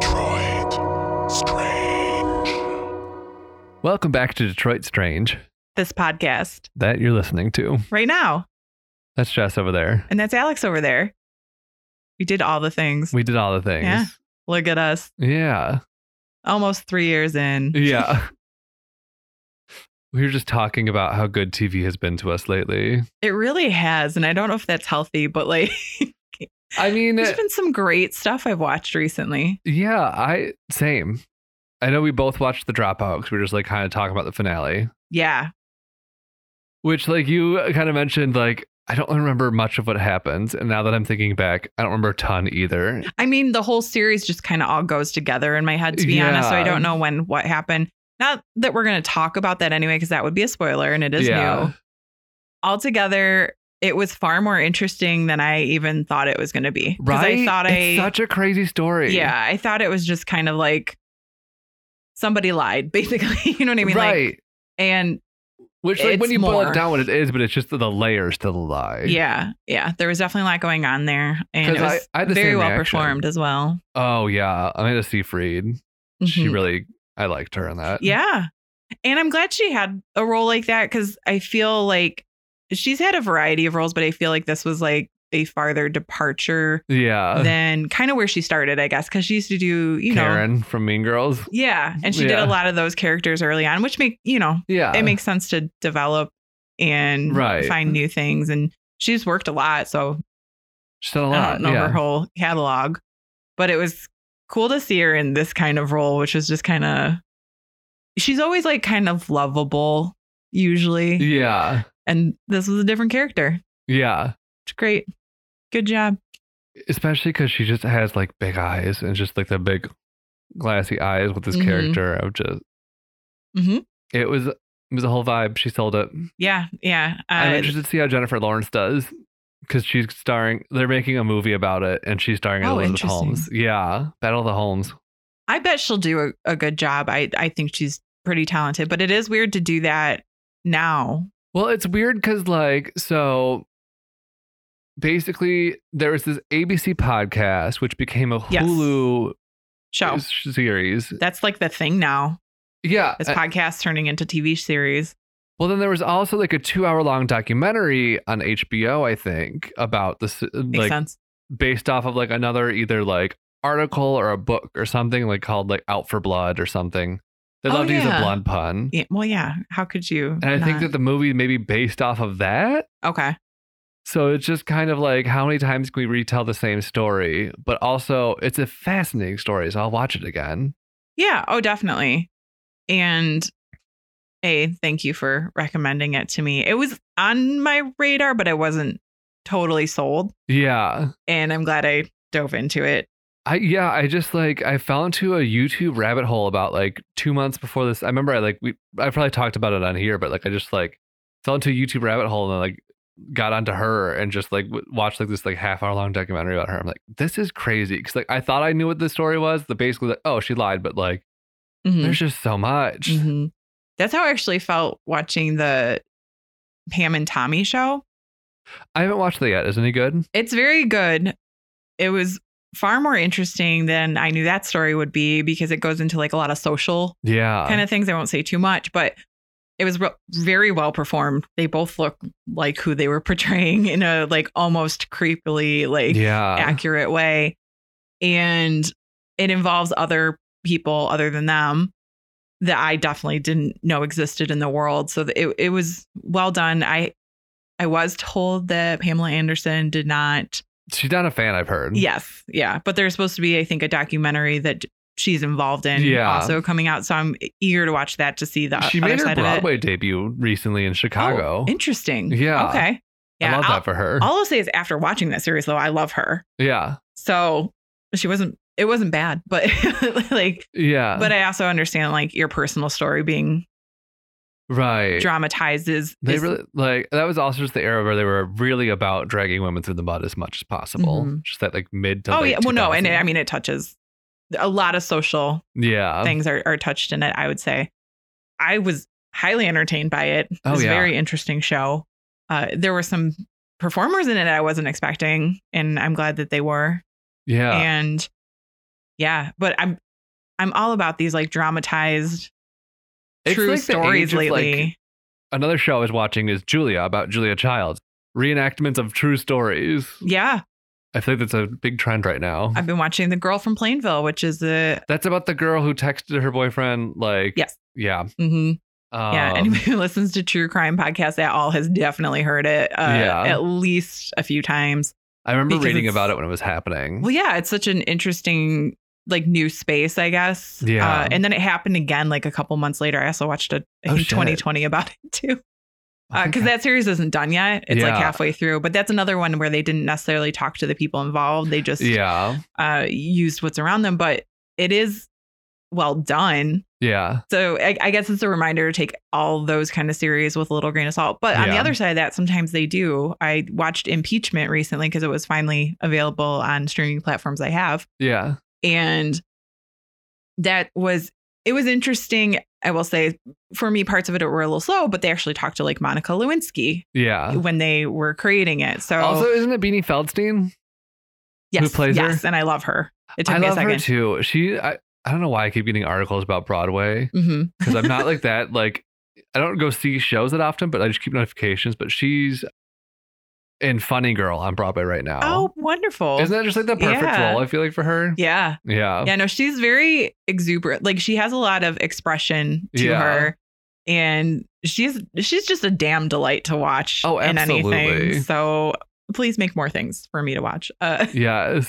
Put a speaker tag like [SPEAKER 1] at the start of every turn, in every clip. [SPEAKER 1] Detroit Strange.
[SPEAKER 2] Welcome back to Detroit Strange.
[SPEAKER 3] this podcast
[SPEAKER 2] That you're listening to.
[SPEAKER 3] right now.
[SPEAKER 2] That's Jess over there.
[SPEAKER 3] And that's Alex over there. We did all the things.
[SPEAKER 2] We did all the things.
[SPEAKER 3] Yeah. Look at us.
[SPEAKER 2] Yeah.
[SPEAKER 3] Almost three years in.
[SPEAKER 2] Yeah. we were just talking about how good TV has been to us lately.
[SPEAKER 3] It really has. And I don't know if that's healthy, but like
[SPEAKER 2] I mean,
[SPEAKER 3] there's been some great stuff I've watched recently.
[SPEAKER 2] yeah, I same. I know we both watched The Dropout because we were just like kind of talking about the finale,
[SPEAKER 3] Yeah.
[SPEAKER 2] which like you kind of mentioned like I don't remember much of what happens, and now that I'm thinking back, I don't remember a ton either.
[SPEAKER 3] I mean, the whole series just kind of all goes together in my head, to be honest. So I
[SPEAKER 2] Yeah.
[SPEAKER 3] don't know when what happened. Not that we're going to talk about that anyway, because that would be a spoiler and it is
[SPEAKER 2] Yeah.
[SPEAKER 3] new. Altogether, it was far more interesting than I even thought it was going to be. 'Cause
[SPEAKER 2] Right?
[SPEAKER 3] I thought
[SPEAKER 2] it's
[SPEAKER 3] I.
[SPEAKER 2] such a crazy story.
[SPEAKER 3] Yeah, I thought it was just kind of like somebody lied, basically. you know what I mean?
[SPEAKER 2] right.
[SPEAKER 3] Like, and
[SPEAKER 2] Which, like, when
[SPEAKER 3] It's
[SPEAKER 2] you boil it
[SPEAKER 3] more.
[SPEAKER 2] down, what it is, but it's just the layers to the lie.
[SPEAKER 3] yeah, yeah, there was definitely a lot going on there, and
[SPEAKER 2] 'Cause
[SPEAKER 3] it was
[SPEAKER 2] I- I had the
[SPEAKER 3] very
[SPEAKER 2] same
[SPEAKER 3] well
[SPEAKER 2] reaction.
[SPEAKER 3] performed as well.
[SPEAKER 2] Oh yeah, Amanda Seyfried. She
[SPEAKER 3] Mhm.
[SPEAKER 2] really, I liked her in that.
[SPEAKER 3] yeah, and I'm glad she had a role like that because I feel like she's had a variety of roles, but I feel like this was like a farther departure
[SPEAKER 2] Yeah.
[SPEAKER 3] than kind of where she started, I guess, because she used to do, you know.
[SPEAKER 2] Karen from Mean Girls.
[SPEAKER 3] Yeah, and she
[SPEAKER 2] Yeah.
[SPEAKER 3] did a lot of those characters early on, which make you know
[SPEAKER 2] Yeah.
[SPEAKER 3] it makes sense to develop and
[SPEAKER 2] Right.
[SPEAKER 3] find new things. And she's worked a lot, so
[SPEAKER 2] She's done a
[SPEAKER 3] I
[SPEAKER 2] lot.
[SPEAKER 3] don't know her
[SPEAKER 2] Yeah.
[SPEAKER 3] whole catalog. But it was cool to see her in this kind of role, which was just kind of. She's always like kind of lovable, usually,
[SPEAKER 2] yeah.
[SPEAKER 3] and this was a different character.
[SPEAKER 2] Yeah.
[SPEAKER 3] It's great. Good job.
[SPEAKER 2] Especially because she just has like big eyes and just like the big glassy eyes with this
[SPEAKER 3] Mhm.
[SPEAKER 2] character of just.
[SPEAKER 3] Mhm.
[SPEAKER 2] It was it was a whole vibe. She sold it.
[SPEAKER 3] Yeah, yeah.
[SPEAKER 2] I'm
[SPEAKER 3] Uh,
[SPEAKER 2] interested to see how Jennifer Lawrence does because she's starring. They're making a movie about it, and she's starring as
[SPEAKER 3] Oh,
[SPEAKER 2] Elizabeth
[SPEAKER 3] interesting.
[SPEAKER 2] Holmes. Yeah, Battle of the Holmes.
[SPEAKER 3] I bet she'll do a, a good job. I I think she's pretty talented, but it is weird to do that now.
[SPEAKER 2] Well, it's weird because, like, so basically, there was this ABC podcast which became a
[SPEAKER 3] Yes.
[SPEAKER 2] Hulu
[SPEAKER 3] Show
[SPEAKER 2] s- series.
[SPEAKER 3] that's like the thing now.
[SPEAKER 2] Yeah.
[SPEAKER 3] this
[SPEAKER 2] uh,
[SPEAKER 3] podcast turning into TV series.
[SPEAKER 2] well, then there was also like a two-hour-long documentary on HBO, I think, about this, uh,
[SPEAKER 3] Makes
[SPEAKER 2] like,
[SPEAKER 3] sense.
[SPEAKER 2] based off of like another either like article or a book or something like called like Out for Blood or something. They
[SPEAKER 3] Oh,
[SPEAKER 2] love to use a
[SPEAKER 3] yeah.
[SPEAKER 2] blonde pun.
[SPEAKER 3] Yeah, well, yeah. How could you?
[SPEAKER 2] And I think that
[SPEAKER 3] not?
[SPEAKER 2] the movie may be based off of that.
[SPEAKER 3] okay.
[SPEAKER 2] So it's just kind of like how many times can we retell the same story? But also, it's a fascinating story, so I'll watch it again.
[SPEAKER 3] Yeah. Oh, definitely. And a thank you for recommending it to me. It was on my radar, but I wasn't totally sold,
[SPEAKER 2] Yeah,
[SPEAKER 3] and I'm glad I dove into it.
[SPEAKER 2] I yeah, I just like I fell into a YouTube rabbit hole about like two months before this. I remember I like we I probably talked about it on here, but like I just like fell into a YouTube rabbit hole and I, like got onto her and just like w- watched like this like half hour long documentary about her. I'm like, this is crazy because like I thought I knew what the story was. The basically like oh she lied, but like
[SPEAKER 3] Mhm.
[SPEAKER 2] there's just so much.
[SPEAKER 3] Mhm. That's how I actually felt watching the Pam and Tommy show.
[SPEAKER 2] I haven't watched that yet. Isn't he good?
[SPEAKER 3] It's very good. It was far more interesting than I knew that story would be because it goes into like a lot of social
[SPEAKER 2] Yeah.
[SPEAKER 3] kind of things. I won't say too much, but it was re- very well performed. They both look like who they were portraying in a like almost creepily like
[SPEAKER 2] yeah.
[SPEAKER 3] accurate way, and it involves other people other than them that I definitely didn't know existed in the world. So it it was well done. I I was told that Pamela Anderson did not.
[SPEAKER 2] She's not a fan, I've heard.
[SPEAKER 3] Yes, yeah, but there's supposed to be I think a documentary that she's involved in
[SPEAKER 2] Yeah.
[SPEAKER 3] also coming out. So I'm e-, eager to watch that to see the
[SPEAKER 2] She
[SPEAKER 3] other
[SPEAKER 2] made her
[SPEAKER 3] side of it.
[SPEAKER 2] Broadway debut recently in Chicago.
[SPEAKER 3] Oh, interesting.
[SPEAKER 2] Yeah.
[SPEAKER 3] Okay. Yeah.
[SPEAKER 2] I love
[SPEAKER 3] I'll-
[SPEAKER 2] that for her.
[SPEAKER 3] all I'll say is after watching that series though, I love her.
[SPEAKER 2] yeah.
[SPEAKER 3] So she wasn't it wasn't bad, but like
[SPEAKER 2] Yeah.
[SPEAKER 3] but I also understand like your personal story being
[SPEAKER 2] right.
[SPEAKER 3] dramatized is,
[SPEAKER 2] they
[SPEAKER 3] is-
[SPEAKER 2] really like that was also just the era where they were really about dragging women through the mud as much as possible.
[SPEAKER 3] Mhm.
[SPEAKER 2] Just that like mid to
[SPEAKER 3] Oh
[SPEAKER 2] late
[SPEAKER 3] yeah. Well no, and
[SPEAKER 2] 2000s.
[SPEAKER 3] I mean it touches a lot of social
[SPEAKER 2] Yeah.
[SPEAKER 3] things are, are touched in it, I would say. I was highly entertained by it. It
[SPEAKER 2] Oh,
[SPEAKER 3] was
[SPEAKER 2] yeah.
[SPEAKER 3] a very interesting show. Uh, there were some performers in it I wasn't expecting, and I'm glad that they were.
[SPEAKER 2] yeah.
[SPEAKER 3] And yeah, but I'm I'm all about these like dramatized
[SPEAKER 2] It's
[SPEAKER 3] true
[SPEAKER 2] like the
[SPEAKER 3] stories
[SPEAKER 2] age of, like,
[SPEAKER 3] lately.
[SPEAKER 2] Another show I was watching is Julia about Julia Childs. Reenactments of true stories.
[SPEAKER 3] yeah,
[SPEAKER 2] I think that's a big trend right now.
[SPEAKER 3] I've been watching The Girl from Plainville, which is the
[SPEAKER 2] that's about the girl who texted her boyfriend, like,
[SPEAKER 3] Yes.
[SPEAKER 2] yeah.
[SPEAKER 3] hmm
[SPEAKER 2] Um,
[SPEAKER 3] yeah. Anybody who listens to true crime podcasts at all has definitely heard it uh,
[SPEAKER 2] Yeah.
[SPEAKER 3] at least a few times.
[SPEAKER 2] I remember
[SPEAKER 3] because
[SPEAKER 2] reading
[SPEAKER 3] it's-
[SPEAKER 2] about it when it was happening.
[SPEAKER 3] Well, yeah, it's such an interesting like new space, I guess.
[SPEAKER 2] Yeah.
[SPEAKER 3] Uh, and then it happened again like a couple months later. I also watched a I
[SPEAKER 2] Oh,
[SPEAKER 3] think
[SPEAKER 2] shit.
[SPEAKER 3] 2020 about it too.
[SPEAKER 2] I think
[SPEAKER 3] Because that series isn't done yet. It's like
[SPEAKER 2] Yeah.
[SPEAKER 3] halfway through. But that's another one where they didn't necessarily talk to the people involved. They just
[SPEAKER 2] yeah.
[SPEAKER 3] uh, used what's around them. But it is well done.
[SPEAKER 2] Yeah.
[SPEAKER 3] So I, I guess it's a reminder to take all those kind of series with a little grain of salt. But on the
[SPEAKER 2] Yeah.
[SPEAKER 3] other side of that, sometimes they do. I watched Impeachment recently because it was finally available on streaming platforms I have
[SPEAKER 2] Yeah.
[SPEAKER 3] and that was it was interesting i will say for me parts of it were a little slow but they actually talked to like monica lewinsky
[SPEAKER 2] Yeah.
[SPEAKER 3] when they were creating it so
[SPEAKER 2] Uh. also, isn't it Beanie Feldstein?
[SPEAKER 3] yes
[SPEAKER 2] plays her?
[SPEAKER 3] yes and i love her it took
[SPEAKER 2] I
[SPEAKER 3] me
[SPEAKER 2] love
[SPEAKER 3] a
[SPEAKER 2] her
[SPEAKER 3] second
[SPEAKER 2] too. She, I, I don't know why I keep getting articles about Broadway
[SPEAKER 3] Mhm.
[SPEAKER 2] because I'm not like that. Like, I don't go see shows that often, but I just keep notifications. But she's in Funny Girl on Broadway right now.
[SPEAKER 3] oh wonderful
[SPEAKER 2] isn't Oh. that just like the perfect
[SPEAKER 3] yeah.
[SPEAKER 2] role? I feel like for her.
[SPEAKER 3] yeah
[SPEAKER 2] Yeah.
[SPEAKER 3] yeah no she's very exuberant like she has a lot of expression to
[SPEAKER 2] Yeah.
[SPEAKER 3] her and she's she's just a damn delight to watch
[SPEAKER 2] Oh,
[SPEAKER 3] in
[SPEAKER 2] absolutely.
[SPEAKER 3] anything so please make more things for me to watch uh
[SPEAKER 2] Yes.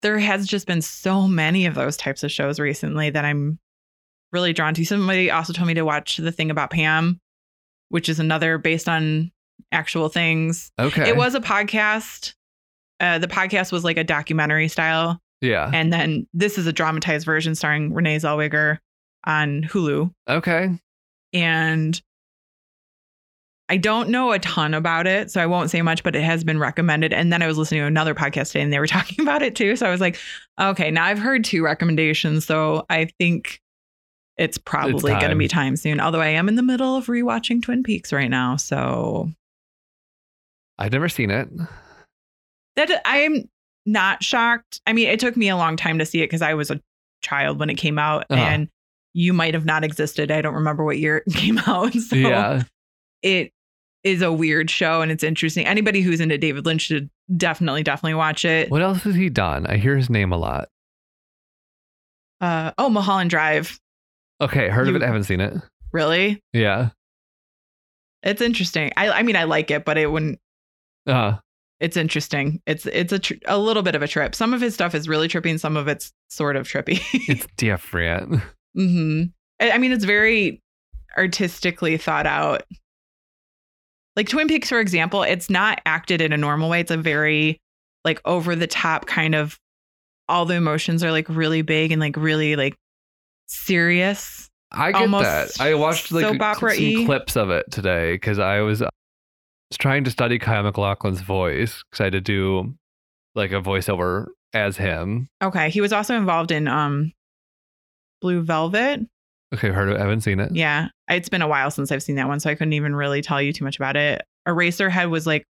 [SPEAKER 3] there has just been so many of those types of shows recently that I'm really drawn to. Somebody also told me to watch the thing about Pam, which is another based on actual things.
[SPEAKER 2] Okay.
[SPEAKER 3] It was a podcast. Uh, the podcast was like a documentary style,
[SPEAKER 2] Yeah.
[SPEAKER 3] and then this is a dramatized version starring Renee Zellweger on Hulu.
[SPEAKER 2] Okay.
[SPEAKER 3] And I don't know a ton about it, so I won't say much, but it has been recommended. And then I was listening to another podcast today and they were talking about it too. So I was like, okay, now I've heard two recommendations. So I think it's probably going to
[SPEAKER 2] time.
[SPEAKER 3] be time soon. Although I am in the middle of rewatching Twin Peaks right now. So
[SPEAKER 2] I've never seen it.
[SPEAKER 3] that I'm not shocked. I mean, it took me a long time to see it because I was a child when it came out
[SPEAKER 2] Uh-huh.
[SPEAKER 3] and you might have not existed. I don't remember what year it came out. So
[SPEAKER 2] Yeah.
[SPEAKER 3] it is a weird show and it's interesting. Anybody who's into David Lynch should definitely, definitely watch it.
[SPEAKER 2] What else has he done? I hear his name a lot.
[SPEAKER 3] Uh, oh, Mulholland Drive.
[SPEAKER 2] Okay. Heard
[SPEAKER 3] You-
[SPEAKER 2] of it. Haven't seen it.
[SPEAKER 3] Really?
[SPEAKER 2] Yeah.
[SPEAKER 3] It's interesting. I, I mean, I like it, but it wouldn't.
[SPEAKER 2] Uh,
[SPEAKER 3] It's interesting. It's it's a tr- a little bit of a trip. Some of his stuff is really trippy, and some of it's sort of trippy.
[SPEAKER 2] it's different.
[SPEAKER 3] hmm I, I mean, it's very artistically thought out. Like Twin Peaks, for example, it's not acted in a normal way. It's a very like over the top kind of all the emotions are like really big and like really like serious.
[SPEAKER 2] I get
[SPEAKER 3] Almost
[SPEAKER 2] that. I watched like
[SPEAKER 3] soap
[SPEAKER 2] cl-
[SPEAKER 3] opera-y.
[SPEAKER 2] some clips of it today because I was, I was trying to study Kyle McLaughlin's voice because I had to do like a voiceover as him.
[SPEAKER 3] Okay. He was also involved in um Blue Velvet.
[SPEAKER 2] Okay, heard of it. haven't seen it.
[SPEAKER 3] Yeah. It's been a while since I've seen that one, so I couldn't even really tell you too much about it. Eraserhead was like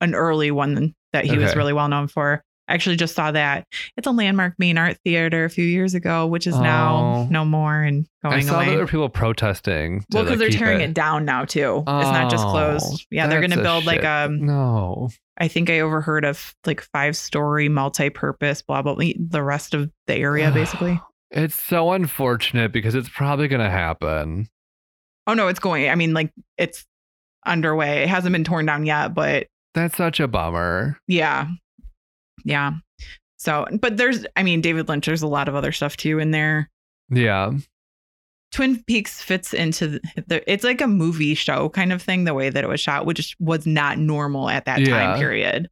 [SPEAKER 3] an early one that he was
[SPEAKER 2] Okay.
[SPEAKER 3] really well known for. I actually just saw that. It's a landmark Main Art Theater a few years ago, which is now
[SPEAKER 2] Oh.
[SPEAKER 3] no more and
[SPEAKER 2] I
[SPEAKER 3] going
[SPEAKER 2] saw that
[SPEAKER 3] away.
[SPEAKER 2] there were
[SPEAKER 3] Well,
[SPEAKER 2] people protesting. to,
[SPEAKER 3] because
[SPEAKER 2] like,
[SPEAKER 3] they're
[SPEAKER 2] keep
[SPEAKER 3] tearing it. down now too. it's not just
[SPEAKER 2] Oh,
[SPEAKER 3] closed. Yeah, they're
[SPEAKER 2] that's
[SPEAKER 3] going to
[SPEAKER 2] a
[SPEAKER 3] build like
[SPEAKER 2] shit.
[SPEAKER 3] um.
[SPEAKER 2] No.
[SPEAKER 3] I think I overheard of like five story multi purpose blah blah blah. The rest of the area basically.
[SPEAKER 2] It's so unfortunate because it's probably going to happen.
[SPEAKER 3] Oh no, it's going. I mean, like it's underway. It hasn't been torn down yet, but
[SPEAKER 2] That's such a bummer.
[SPEAKER 3] Yeah. Yeah. So, but there's, I mean, David Lynch, there's a lot of other stuff too in there.
[SPEAKER 2] Yeah.
[SPEAKER 3] Twin Peaks fits into the, the it's like a movie show kind of thing, the way that it was shot, which was not normal at that
[SPEAKER 2] Yeah.
[SPEAKER 3] time period.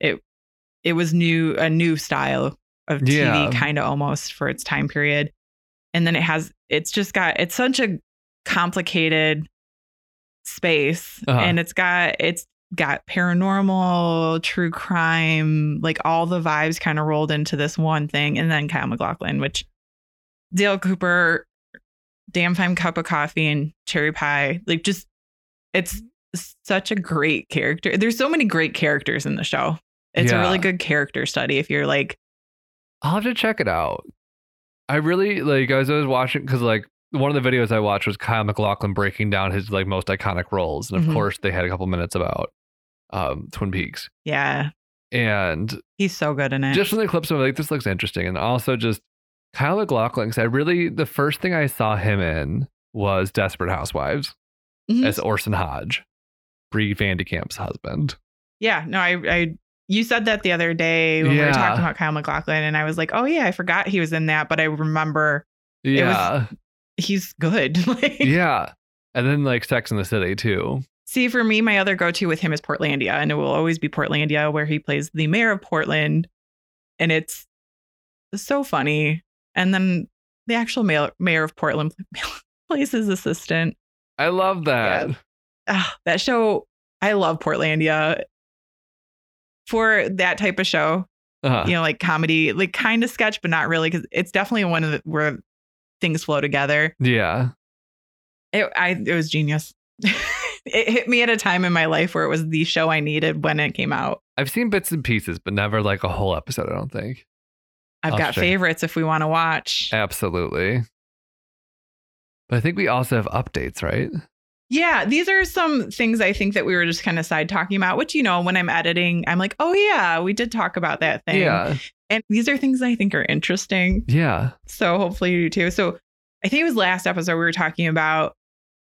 [SPEAKER 3] It, it was new, a new style of TV
[SPEAKER 2] Yeah.
[SPEAKER 3] kind of almost for its time period. And then it has, it's just got, it's such a complicated space
[SPEAKER 2] Uh-huh.
[SPEAKER 3] and it's got, it's got paranormal, true crime, like all the vibes kind of rolled into this one thing. And then Kyle McLaughlin, which Dale Cooper, damn fine cup of coffee and cherry pie. Like just it's such a great character. There's so many great characters in the show. It's
[SPEAKER 2] Yeah.
[SPEAKER 3] a really good character study if you're like,
[SPEAKER 2] I'll have to check it out. I really like. I was always watching because like one of the videos I watched was Kyle McLaughlin breaking down his like most iconic roles, and of
[SPEAKER 3] Mhm.
[SPEAKER 2] course they had a couple minutes about um, Twin Peaks.
[SPEAKER 3] yeah,
[SPEAKER 2] And
[SPEAKER 3] he's so good in it.
[SPEAKER 2] just from the clips, I'm like, this looks interesting, and also just Kyle McLaughlin. Because I really the first thing I saw him in was Desperate Housewives
[SPEAKER 3] Mhm.
[SPEAKER 2] as Orson Hodge, Bree Vandekamp's husband.
[SPEAKER 3] Yeah, no, I, I, you said that the other day when we
[SPEAKER 2] Yeah.
[SPEAKER 3] were talking about Kyle McLaughlin, and I was like, oh yeah, I forgot he was in that, but I remember was-
[SPEAKER 2] Yeah,
[SPEAKER 3] he's good. like,
[SPEAKER 2] yeah, and then like Sex in the City too.
[SPEAKER 3] see, for me, my other go-to with him is Portlandia, and it will always be Portlandia, where he plays the mayor of Portland, and it's so funny. And then the actual mayor, mayor of Portland plays his assistant.
[SPEAKER 2] I love that.
[SPEAKER 3] Ah, that show, I love Portlandia. For that type of show,
[SPEAKER 2] Uh-huh.
[SPEAKER 3] you know, like comedy, like kind of sketch, but not really, because it's definitely one of the where things flow together.
[SPEAKER 2] Yeah.
[SPEAKER 3] It, I, it was genius. it hit me at a time in my life where it was the show I needed when it came out.
[SPEAKER 2] I've seen bits and pieces, but never like a whole episode, I don't think.
[SPEAKER 3] I've
[SPEAKER 2] I'll Uh,
[SPEAKER 3] got
[SPEAKER 2] check it.
[SPEAKER 3] favorites if we want to watch.
[SPEAKER 2] Absolutely. But I think we also have updates, right?
[SPEAKER 3] Yeah, these are some things I think that we were just kind of side talking about, which, you know, when I'm editing, I'm like, oh, yeah, we did talk about that thing.
[SPEAKER 2] Yeah.
[SPEAKER 3] And these are things I think are interesting.
[SPEAKER 2] Yeah.
[SPEAKER 3] So hopefully you do too. So I think it was last episode we were talking about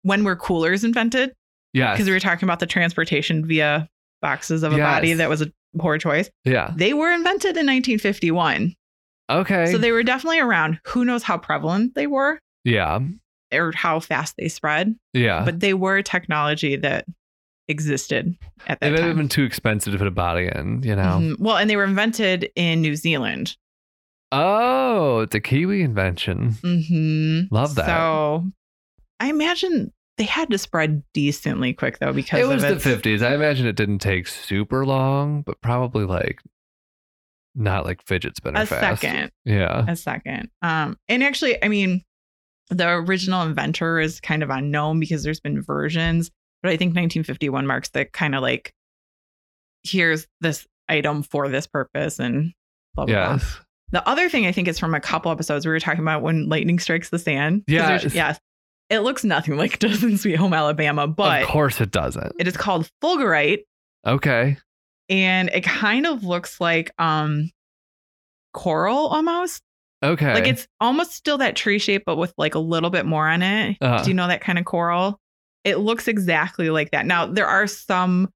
[SPEAKER 3] when were coolers invented.
[SPEAKER 2] Yes.
[SPEAKER 3] because we were talking about the transportation via boxes of a
[SPEAKER 2] Yes. Uh-huh.
[SPEAKER 3] body that was a poor choice.
[SPEAKER 2] yeah.
[SPEAKER 3] They were invented in 1951.
[SPEAKER 2] Okay.
[SPEAKER 3] So they were definitely around. Who knows how prevalent they were
[SPEAKER 2] yeah.
[SPEAKER 3] or how fast they spread,
[SPEAKER 2] Yeah.
[SPEAKER 3] but they were technology that existed at
[SPEAKER 2] it
[SPEAKER 3] that
[SPEAKER 2] might have
[SPEAKER 3] time.
[SPEAKER 2] been too expensive to put a body in, you know?
[SPEAKER 3] Mhm. Well, and they were invented in New Zealand.
[SPEAKER 2] Oh, it's a Kiwi invention.
[SPEAKER 3] hmm
[SPEAKER 2] Love that.
[SPEAKER 3] So I imagine they had to spread decently quick though because
[SPEAKER 2] It
[SPEAKER 3] of
[SPEAKER 2] was the
[SPEAKER 3] its-
[SPEAKER 2] 50s. I imagine it didn't take super long, but probably like not like fidget spinner
[SPEAKER 3] a
[SPEAKER 2] fast.
[SPEAKER 3] second.
[SPEAKER 2] Yeah.
[SPEAKER 3] a second. Um, and actually, I mean, the original inventor is kind of unknown because there's been versions, but I think 1951 marks the kind of like, here's this item for this purpose and blah blah. blah.
[SPEAKER 2] Yes.
[SPEAKER 3] The other thing I think is from a couple episodes we were talking about when lightning strikes the sand. 'Cause there's-
[SPEAKER 2] Yes.
[SPEAKER 3] yes, it looks nothing like it does in Sweet Home Alabama,
[SPEAKER 2] of
[SPEAKER 3] but
[SPEAKER 2] course it doesn't.
[SPEAKER 3] it is called fulgurite,
[SPEAKER 2] Okay.
[SPEAKER 3] and it kind of looks like um coral almost.
[SPEAKER 2] Okay.
[SPEAKER 3] Like it's almost still that tree shape, but with like a little bit more on it.
[SPEAKER 2] Uh-huh.
[SPEAKER 3] Do you know that kind of coral? It looks exactly like that. Now there are some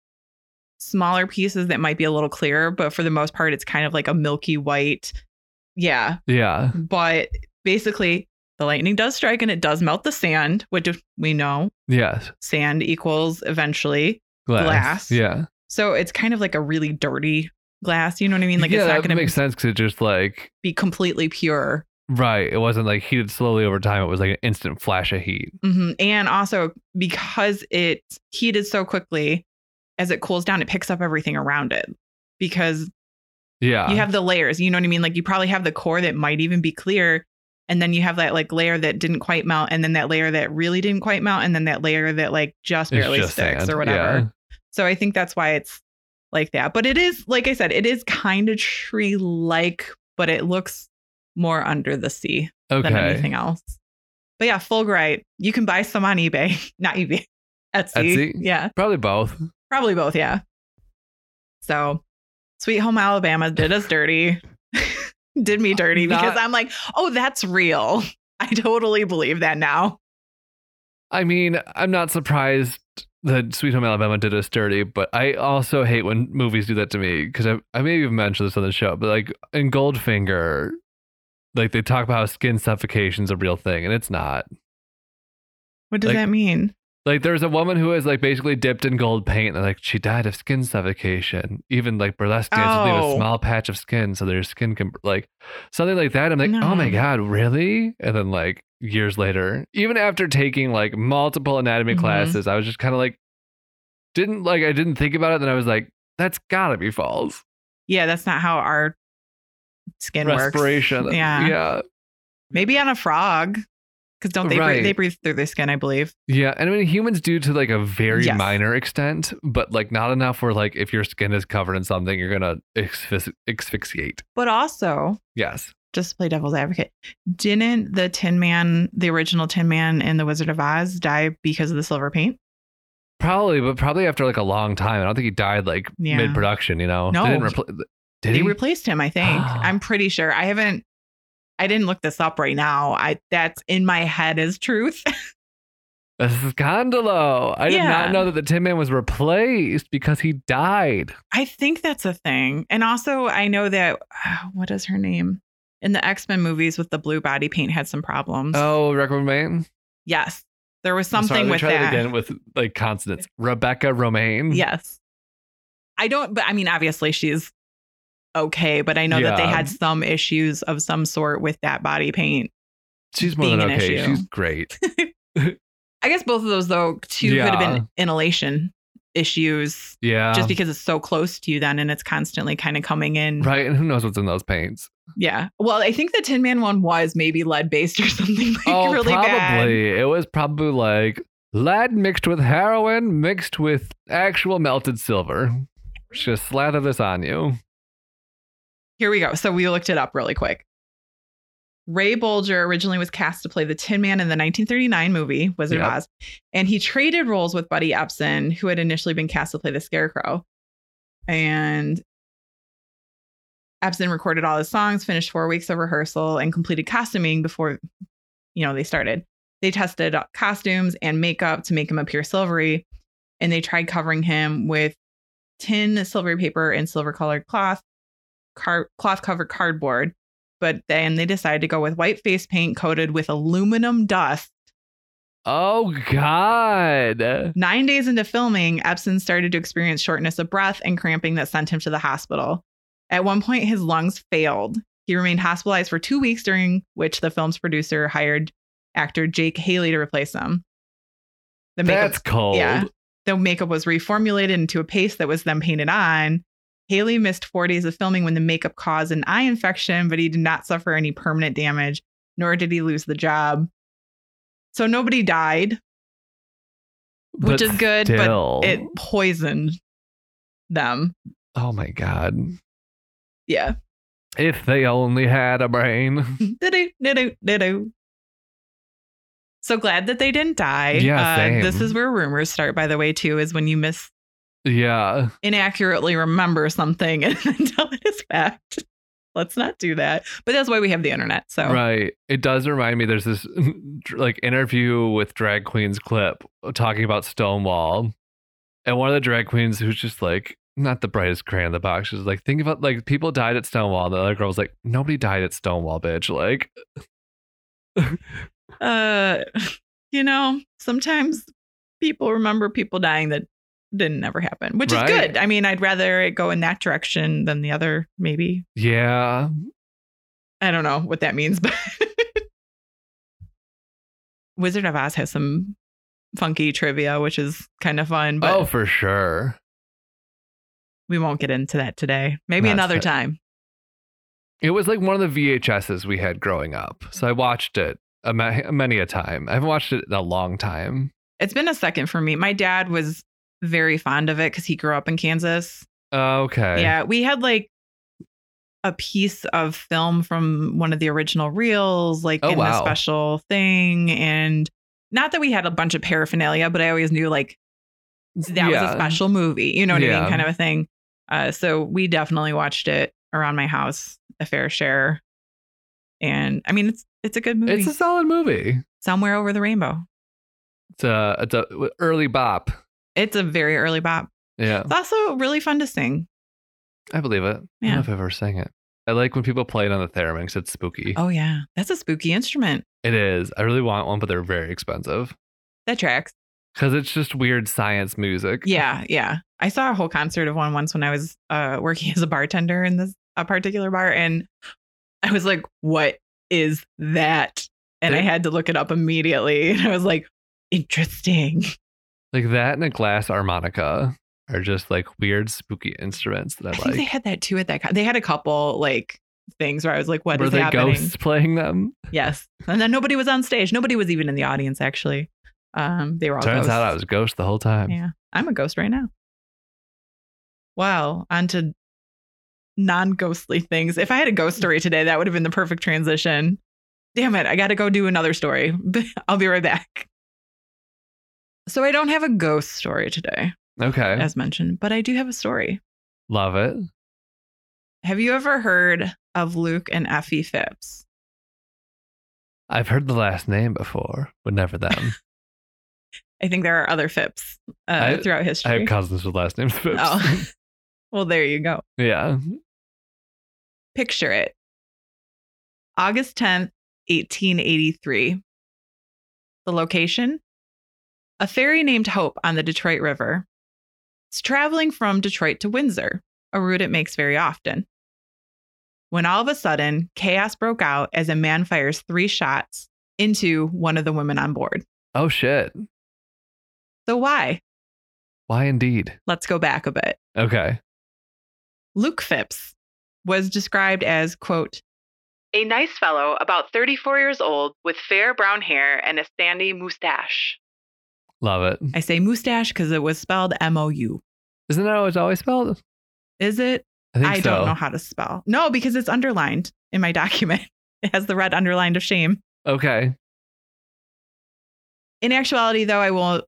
[SPEAKER 3] smaller pieces that might be a little clearer, but for the most part, it's kind of like a milky white. Yeah,
[SPEAKER 2] yeah.
[SPEAKER 3] but basically, the lightning does strike and it does melt the sand, which we know
[SPEAKER 2] Yes.
[SPEAKER 3] sand equals eventually. Glass.
[SPEAKER 2] Yeah.
[SPEAKER 3] So it's kind of like a really dirty glass. You know what I mean? Like
[SPEAKER 2] yeah,
[SPEAKER 3] it's not
[SPEAKER 2] that
[SPEAKER 3] going
[SPEAKER 2] makes
[SPEAKER 3] to
[SPEAKER 2] sense because it just like
[SPEAKER 3] be completely pure.
[SPEAKER 2] right. It wasn't like heated slowly over time. It was like an instant flash of heat.
[SPEAKER 3] hmm And also because it's heated so quickly, as it cools down, it picks up everything around it because
[SPEAKER 2] Yeah.
[SPEAKER 3] you have
[SPEAKER 2] Uh-huh.
[SPEAKER 3] the layers. You know what I mean? Like you probably have the core that might even be clear. And then you have that like layer that didn't quite melt, and then that layer that really didn't quite melt, and then that layer that like just
[SPEAKER 2] It's
[SPEAKER 3] barely
[SPEAKER 2] just
[SPEAKER 3] sticks
[SPEAKER 2] sand.
[SPEAKER 3] or whatever. So I think that's why it's like that. But it is, like I said, it is kind of tree like, but it looks more under the sea
[SPEAKER 2] Yeah. Okay.
[SPEAKER 3] than anything else. But yeah, Fulbright, you can buy some on eBay, not eBay, Etsy.
[SPEAKER 2] Etsy?
[SPEAKER 3] Yeah,
[SPEAKER 2] Probably both.
[SPEAKER 3] probably both. Yeah. So, Sweet Home Alabama did us dirty, did me dirty because
[SPEAKER 2] Not-
[SPEAKER 3] I'm like, oh, that's real. I totally believe that now.
[SPEAKER 2] I mean, I'm not surprised that Sweet Home Alabama did us dirty, but I also hate when movies do that to me because I, I maybe even mentioned this on the show, but like in Goldfinger, like they talk about how skin suffocation is a real thing and it's not.
[SPEAKER 3] What does
[SPEAKER 2] Like-
[SPEAKER 3] that mean?
[SPEAKER 2] Like there's a woman who is like basically dipped in gold paint and like she died of skin suffocation. Even like burlesque dancers leave a
[SPEAKER 3] Oh.
[SPEAKER 2] small patch of skin so their skin can like something like that. I'm like, oh my
[SPEAKER 3] No.
[SPEAKER 2] god, really? And then like years later, even after taking like multiple anatomy
[SPEAKER 3] Mhm.
[SPEAKER 2] classes, I was just kind of like, didn't like I didn't think about it. Then I was like, that's gotta be false.
[SPEAKER 3] Yeah, that's not how our skin works.
[SPEAKER 2] Respiration.
[SPEAKER 3] Yeah.
[SPEAKER 2] Yeah.
[SPEAKER 3] Maybe on a frog, because don't they breathe,
[SPEAKER 2] Right.
[SPEAKER 3] they breathe through their skin? I believe.
[SPEAKER 2] Yeah. And I mean humans do to like a very
[SPEAKER 3] Yes.
[SPEAKER 2] minor extent, but like not enough where like if your skin is covered in something, you're gonna asphyx- asphyxiate.
[SPEAKER 3] But also,
[SPEAKER 2] Yes.
[SPEAKER 3] just to play devil's advocate, didn't the Tin Man, the original Tin Man in the Wizard of Oz, die because of the silver paint?
[SPEAKER 2] Probably, but probably after like a long time. I don't think he died like
[SPEAKER 3] Yeah.
[SPEAKER 2] mid production, you know?
[SPEAKER 3] No.
[SPEAKER 2] They didn't repl- did
[SPEAKER 3] they
[SPEAKER 2] he?
[SPEAKER 3] replaced him, I think. I'm pretty sure. I haven't. I didn't look this up right now. I that's in my head as truth.
[SPEAKER 2] This is Gondolo. I did
[SPEAKER 3] Yeah.
[SPEAKER 2] not know that the Tin Man was replaced because he died.
[SPEAKER 3] I think that's a thing. And also, I know that what is her name in the X Men movies with the blue body paint had some problems.
[SPEAKER 2] Oh, Rebecca Romaine.
[SPEAKER 3] Yes, there was
[SPEAKER 2] I'm
[SPEAKER 3] something
[SPEAKER 2] sorry, let me
[SPEAKER 3] with
[SPEAKER 2] try
[SPEAKER 3] that.
[SPEAKER 2] again with like consonants. Rebecca Romaine.
[SPEAKER 3] Yes, I don't. But I mean, obviously, she's okay. But I know that they
[SPEAKER 2] Yeah.
[SPEAKER 3] had some issues of some sort with that body paint.
[SPEAKER 2] she's more
[SPEAKER 3] being
[SPEAKER 2] than
[SPEAKER 3] an
[SPEAKER 2] okay.
[SPEAKER 3] issue.
[SPEAKER 2] She's great.
[SPEAKER 3] I guess both of those though too could have been inhalation issues.
[SPEAKER 2] Yeah,
[SPEAKER 3] just because it's so close to you then and it's constantly kind of coming in.
[SPEAKER 2] right. And who knows what's in those paints?
[SPEAKER 3] Yeah. Well, I think the Tin Man one was maybe lead based or something like
[SPEAKER 2] oh,
[SPEAKER 3] really
[SPEAKER 2] probably
[SPEAKER 3] bad.
[SPEAKER 2] it was probably like lead mixed with heroin mixed with actual melted silver. Just slather this on you.
[SPEAKER 3] Here we go. So we looked it up really quick. Ray Bolger originally was cast to play the Tin Man in the 1939 movie Wizard
[SPEAKER 2] Yep.
[SPEAKER 3] of Oz, and he traded roles with Buddy Epson, who had initially been cast to play the Scarecrow. And Epson recorded all his songs, finished four weeks of rehearsal, and completed costuming before, you know, they started. They tested costumes and makeup to make him appear silvery, and they tried covering him with tin, silvery paper, and silver colored cloth, car- cloth covered cardboard. But then they decided to go with white face paint coated with aluminum dust.
[SPEAKER 2] Oh God.
[SPEAKER 3] Nine days into filming, Epson started to experience shortness of breath and cramping that sent him to the hospital. At one point, his lungs failed. He remained hospitalized for two weeks, during which the film's producer hired actor Jake Haley to replace him. The
[SPEAKER 2] That's cold.
[SPEAKER 3] Yeah. The makeup was reformulated into a paste that was then painted on. Haley missed four days of filming when the makeup caused an eye infection, but he did not suffer any permanent damage, nor did he lose the job. So nobody died, which
[SPEAKER 2] But
[SPEAKER 3] is good,
[SPEAKER 2] still.
[SPEAKER 3] but it poisoned them.
[SPEAKER 2] Oh my God.
[SPEAKER 3] Yeah.
[SPEAKER 2] If they only had a brain.
[SPEAKER 3] Doo-doo, doo-doo, doo-doo. So glad that they didn't die. Uh,
[SPEAKER 2] Yeah, same.
[SPEAKER 3] this is where rumors start, by the way, too, is when you miss
[SPEAKER 2] Yeah.
[SPEAKER 3] inaccurately remember something and then tell it as fact. Let's not do that. But that's why we have the internet. So
[SPEAKER 2] Right. It does remind me there's this like interview with drag queens clip talking about Stonewall. And one of the drag queens who's just like not the brightest crayon in the box. She's like, think about like people died at Stonewall. And the other girl was like, nobody died at Stonewall, bitch. Like,
[SPEAKER 3] uh you know, sometimes people remember people dying that didn't ever happen, which
[SPEAKER 2] Right.
[SPEAKER 3] is good. I mean, I'd rather it go in that direction than the other, maybe.
[SPEAKER 2] yeah.
[SPEAKER 3] I don't know what that means, but Wizard of Oz has some funky trivia, which is kind of fun, but
[SPEAKER 2] oh, for sure.
[SPEAKER 3] we won't get into that today. Maybe
[SPEAKER 2] That's
[SPEAKER 3] another
[SPEAKER 2] fair.
[SPEAKER 3] time.
[SPEAKER 2] It was like one of the VHSs we had growing up. So I watched it a ma- many a time. I haven't watched it in a long time.
[SPEAKER 3] it's been a second for me. My dad was very fond of it because he grew up in Kansas.
[SPEAKER 2] Okay.
[SPEAKER 3] Yeah, we had like a piece of film from one of the original reels, like
[SPEAKER 2] Oh,
[SPEAKER 3] in the
[SPEAKER 2] wow.
[SPEAKER 3] special thing, and not that we had a bunch of paraphernalia, but I always knew like that was
[SPEAKER 2] Yeah.
[SPEAKER 3] a special movie. You know what I
[SPEAKER 2] Yeah.
[SPEAKER 3] mean, kind of a thing. Uh, so we definitely watched it around my house a fair share, and I mean it's it's a good movie.
[SPEAKER 2] It's a solid movie.
[SPEAKER 3] Somewhere over the rainbow.
[SPEAKER 2] It's a, it's a early bop.
[SPEAKER 3] It's a very early bop.
[SPEAKER 2] Yeah.
[SPEAKER 3] It's also really fun to sing.
[SPEAKER 2] I believe it. I don't
[SPEAKER 3] Yeah.
[SPEAKER 2] know if I've ever sang it. I like when people play it on the theremin because it's spooky.
[SPEAKER 3] Oh yeah, that's a spooky instrument.
[SPEAKER 2] It is. I really want one, but they're very expensive
[SPEAKER 3] That tracks.
[SPEAKER 2] because it's just weird science music.
[SPEAKER 3] Yeah, yeah. I saw a whole concert of one once when I was uh, working as a bartender in this a particular bar, and I was like, "What is that?" And I
[SPEAKER 2] There-
[SPEAKER 3] had to look it up immediately, and I was like, "Interesting."
[SPEAKER 2] Like that and a glass harmonica are just like weird, spooky instruments that
[SPEAKER 3] I
[SPEAKER 2] I
[SPEAKER 3] think they
[SPEAKER 2] like.
[SPEAKER 3] had that too at that. Con- they had a couple like things where I was like, "What is
[SPEAKER 2] Were they
[SPEAKER 3] happening?"
[SPEAKER 2] ghosts playing them?
[SPEAKER 3] Yes, and then nobody was on stage. Nobody was even in the audience actually. Um, they were all.
[SPEAKER 2] Turns
[SPEAKER 3] ghosts.
[SPEAKER 2] out I was a ghost the whole time.
[SPEAKER 3] Yeah, I'm a ghost right now. Wow, on to non-ghostly things. If I had a ghost
[SPEAKER 2] Mm.
[SPEAKER 3] story today, that would have been the perfect transition. Damn it, I got to go do another story. I'll be right back. So I don't have a ghost story today,
[SPEAKER 2] Okay.
[SPEAKER 3] as mentioned, but I do have a story.
[SPEAKER 2] Love it.
[SPEAKER 3] Have you ever heard of Luke and Effie Phipps?
[SPEAKER 2] I've heard the last name before, but never them.
[SPEAKER 3] I think there are other Phipps uh,
[SPEAKER 2] I-
[SPEAKER 3] throughout
[SPEAKER 2] I
[SPEAKER 3] history.
[SPEAKER 2] have cousins with last names. Phipps.
[SPEAKER 3] oh, well, there you go.
[SPEAKER 2] Yeah.
[SPEAKER 3] Picture it. August 10th, 1883. The location? A ferry named Hope on the Detroit River. It's traveling from Detroit to Windsor, a route it makes very often. When all of a sudden, chaos broke out as a man fires three shots into one of the women on board.
[SPEAKER 2] Oh shit.
[SPEAKER 3] So, why?
[SPEAKER 2] Why indeed?
[SPEAKER 3] let's go back a bit.
[SPEAKER 2] Okay.
[SPEAKER 3] Luke Phipps was described as, quote, a nice fellow about 34 years old with fair brown hair and a sandy mustache.
[SPEAKER 2] Love it.
[SPEAKER 3] I say mustache because it was spelled M O U.
[SPEAKER 2] Isn't that how it's always spelled?
[SPEAKER 3] Is it?
[SPEAKER 2] I think
[SPEAKER 3] I
[SPEAKER 2] so.
[SPEAKER 3] don't know how to spell. No, because it's underlined in my document. It has the red underlined of shame.
[SPEAKER 2] Okay.
[SPEAKER 3] In actuality, though, I will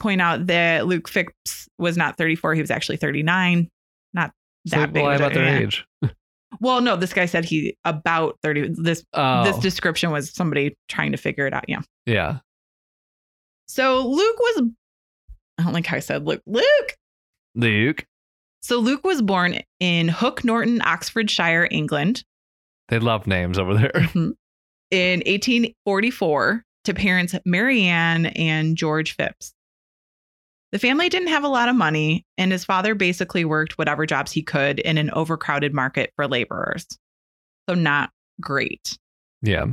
[SPEAKER 3] point out that Luke Phipps was not 34. He was actually 39. Not
[SPEAKER 2] So
[SPEAKER 3] that big.
[SPEAKER 2] why
[SPEAKER 3] of a-
[SPEAKER 2] about their
[SPEAKER 3] yeah.
[SPEAKER 2] age?
[SPEAKER 3] Well, no, this guy said he about 30. This
[SPEAKER 2] Oh.
[SPEAKER 3] this description was somebody trying to figure it out. Yeah.
[SPEAKER 2] yeah.
[SPEAKER 3] So Luke was, I don't like how I said Luke. Luke.
[SPEAKER 2] Luke.
[SPEAKER 3] So Luke was born in Hook Norton, Oxfordshire, England
[SPEAKER 2] They love names over there.
[SPEAKER 3] in 1844 to parents Marianne and George Phipps. The family didn't have a lot of money, and his father basically worked whatever jobs he could in an overcrowded market for laborers. So, not great.
[SPEAKER 2] Yeah.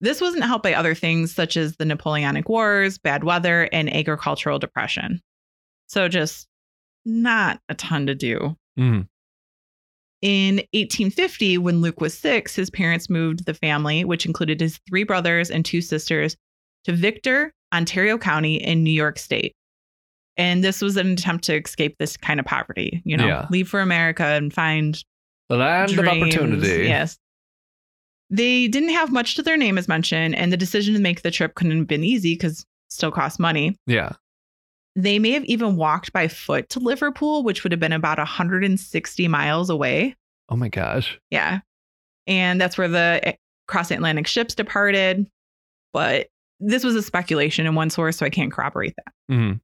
[SPEAKER 3] This wasn't helped by other things such as the Napoleonic Wars, bad weather, and agricultural depression. So just not a ton to do.
[SPEAKER 2] Mm.
[SPEAKER 3] In 1850, when Luke was six, his parents moved the family, which included his three brothers and two sisters, to Victor, Ontario County in New York State. And this was an attempt to escape this kind of poverty, you know,
[SPEAKER 2] Yeah.
[SPEAKER 3] leave for America and find
[SPEAKER 2] The land of
[SPEAKER 3] dreams,
[SPEAKER 2] opportunity.
[SPEAKER 3] Yes. They didn't have much to their name, as mentioned, and the decision to make the trip couldn't have been easy because still cost money.
[SPEAKER 2] Yeah.
[SPEAKER 3] They may have even walked by foot to Liverpool, which would have been about 160 miles away.
[SPEAKER 2] Oh my gosh.
[SPEAKER 3] Yeah. And that's where the cross Atlantic ships departed. But this was a speculation in one source, so I can't corroborate that.
[SPEAKER 2] Mm.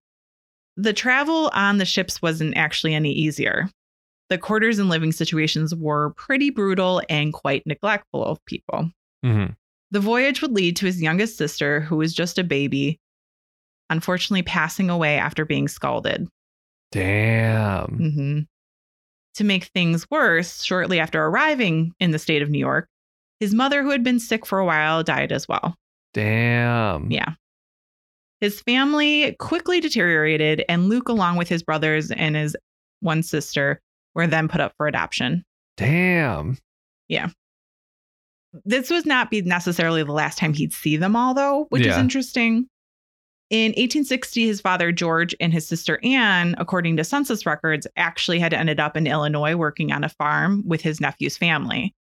[SPEAKER 3] The travel on the ships wasn't actually any easier. The quarters and living situations were pretty brutal and quite neglectful of people.
[SPEAKER 2] Mm.
[SPEAKER 3] The voyage would lead to his youngest sister, who was just a baby, unfortunately passing away after being scalded.
[SPEAKER 2] Damn.
[SPEAKER 3] hmm To make things worse, shortly after arriving in the state of New York, his mother, who had been sick for a while, died as well.
[SPEAKER 2] Damn.
[SPEAKER 3] Yeah. His family quickly deteriorated, and Luke, along with his brothers and his one sister, were then put up for adoption.
[SPEAKER 2] Damn.
[SPEAKER 3] this was not be necessarily the last time he'd see them all though which is
[SPEAKER 2] Yeah.
[SPEAKER 3] interesting in 1860 his father george and his sister anne according to census records actually had ended up in illinois working on a farm with his nephew's family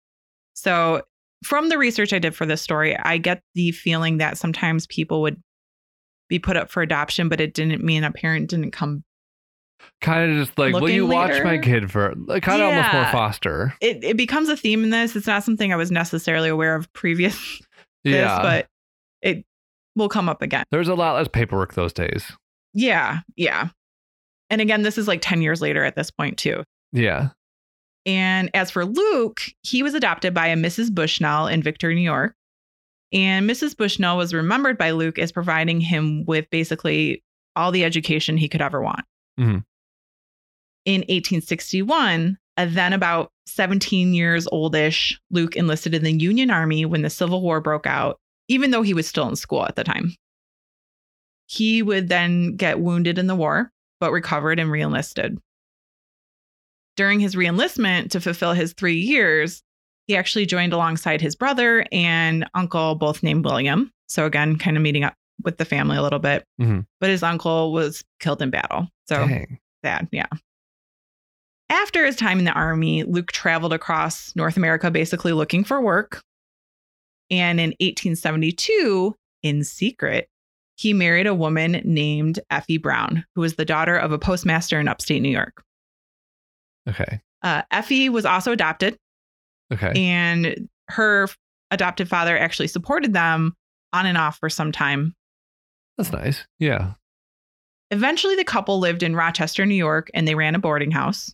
[SPEAKER 3] so from the research i did for this story i get the feeling that sometimes people would be put up for adoption but it didn't mean a parent didn't come
[SPEAKER 2] Kind of just like, will you
[SPEAKER 3] Looking
[SPEAKER 2] watch my
[SPEAKER 3] later?
[SPEAKER 2] kid for kind of almost more
[SPEAKER 3] Yeah.
[SPEAKER 2] foster?
[SPEAKER 3] it, it becomes a theme in this it's not something i was necessarily aware of previous this
[SPEAKER 2] Yeah.
[SPEAKER 3] but it will come up again
[SPEAKER 2] There's a lot less paperwork those days.
[SPEAKER 3] Yeah, yeah. And again, this is like 10 years later at this point, too.
[SPEAKER 2] Yeah.
[SPEAKER 3] And as for Luke, he was adopted by a Mrs. Bushnell in Victor, New York. And Mrs. Bushnell was remembered by Luke as providing him with basically all the education he could ever want.
[SPEAKER 2] Mhm.
[SPEAKER 3] In 1861, a then about 17 years oldish, Luke enlisted in the Union Army when the Civil War broke out, even though he was still in school at the time. He would then get wounded in the war, but recovered and reenlisted. During his reenlistment to fulfill his three years, he actually joined alongside his brother and uncle, both named William. So, again, kind of meeting up with the family a little bit.
[SPEAKER 2] Mhm.
[SPEAKER 3] But his uncle was killed in battle. So,
[SPEAKER 2] Dang.
[SPEAKER 3] sad. Yeah. After his time in the army, Luke traveled across North America basically looking for work. And in 1872, in secret, he married a woman named Effie Brown, who was the daughter of a postmaster in upstate New York.
[SPEAKER 2] Okay.
[SPEAKER 3] Uh, Effie was also adopted, E
[SPEAKER 2] Okay.
[SPEAKER 3] and her adopted father actually supported them on and off for some time
[SPEAKER 2] That's nice. Yeah.
[SPEAKER 3] Eventually, the couple lived in Rochester, New York, and they ran a boarding house.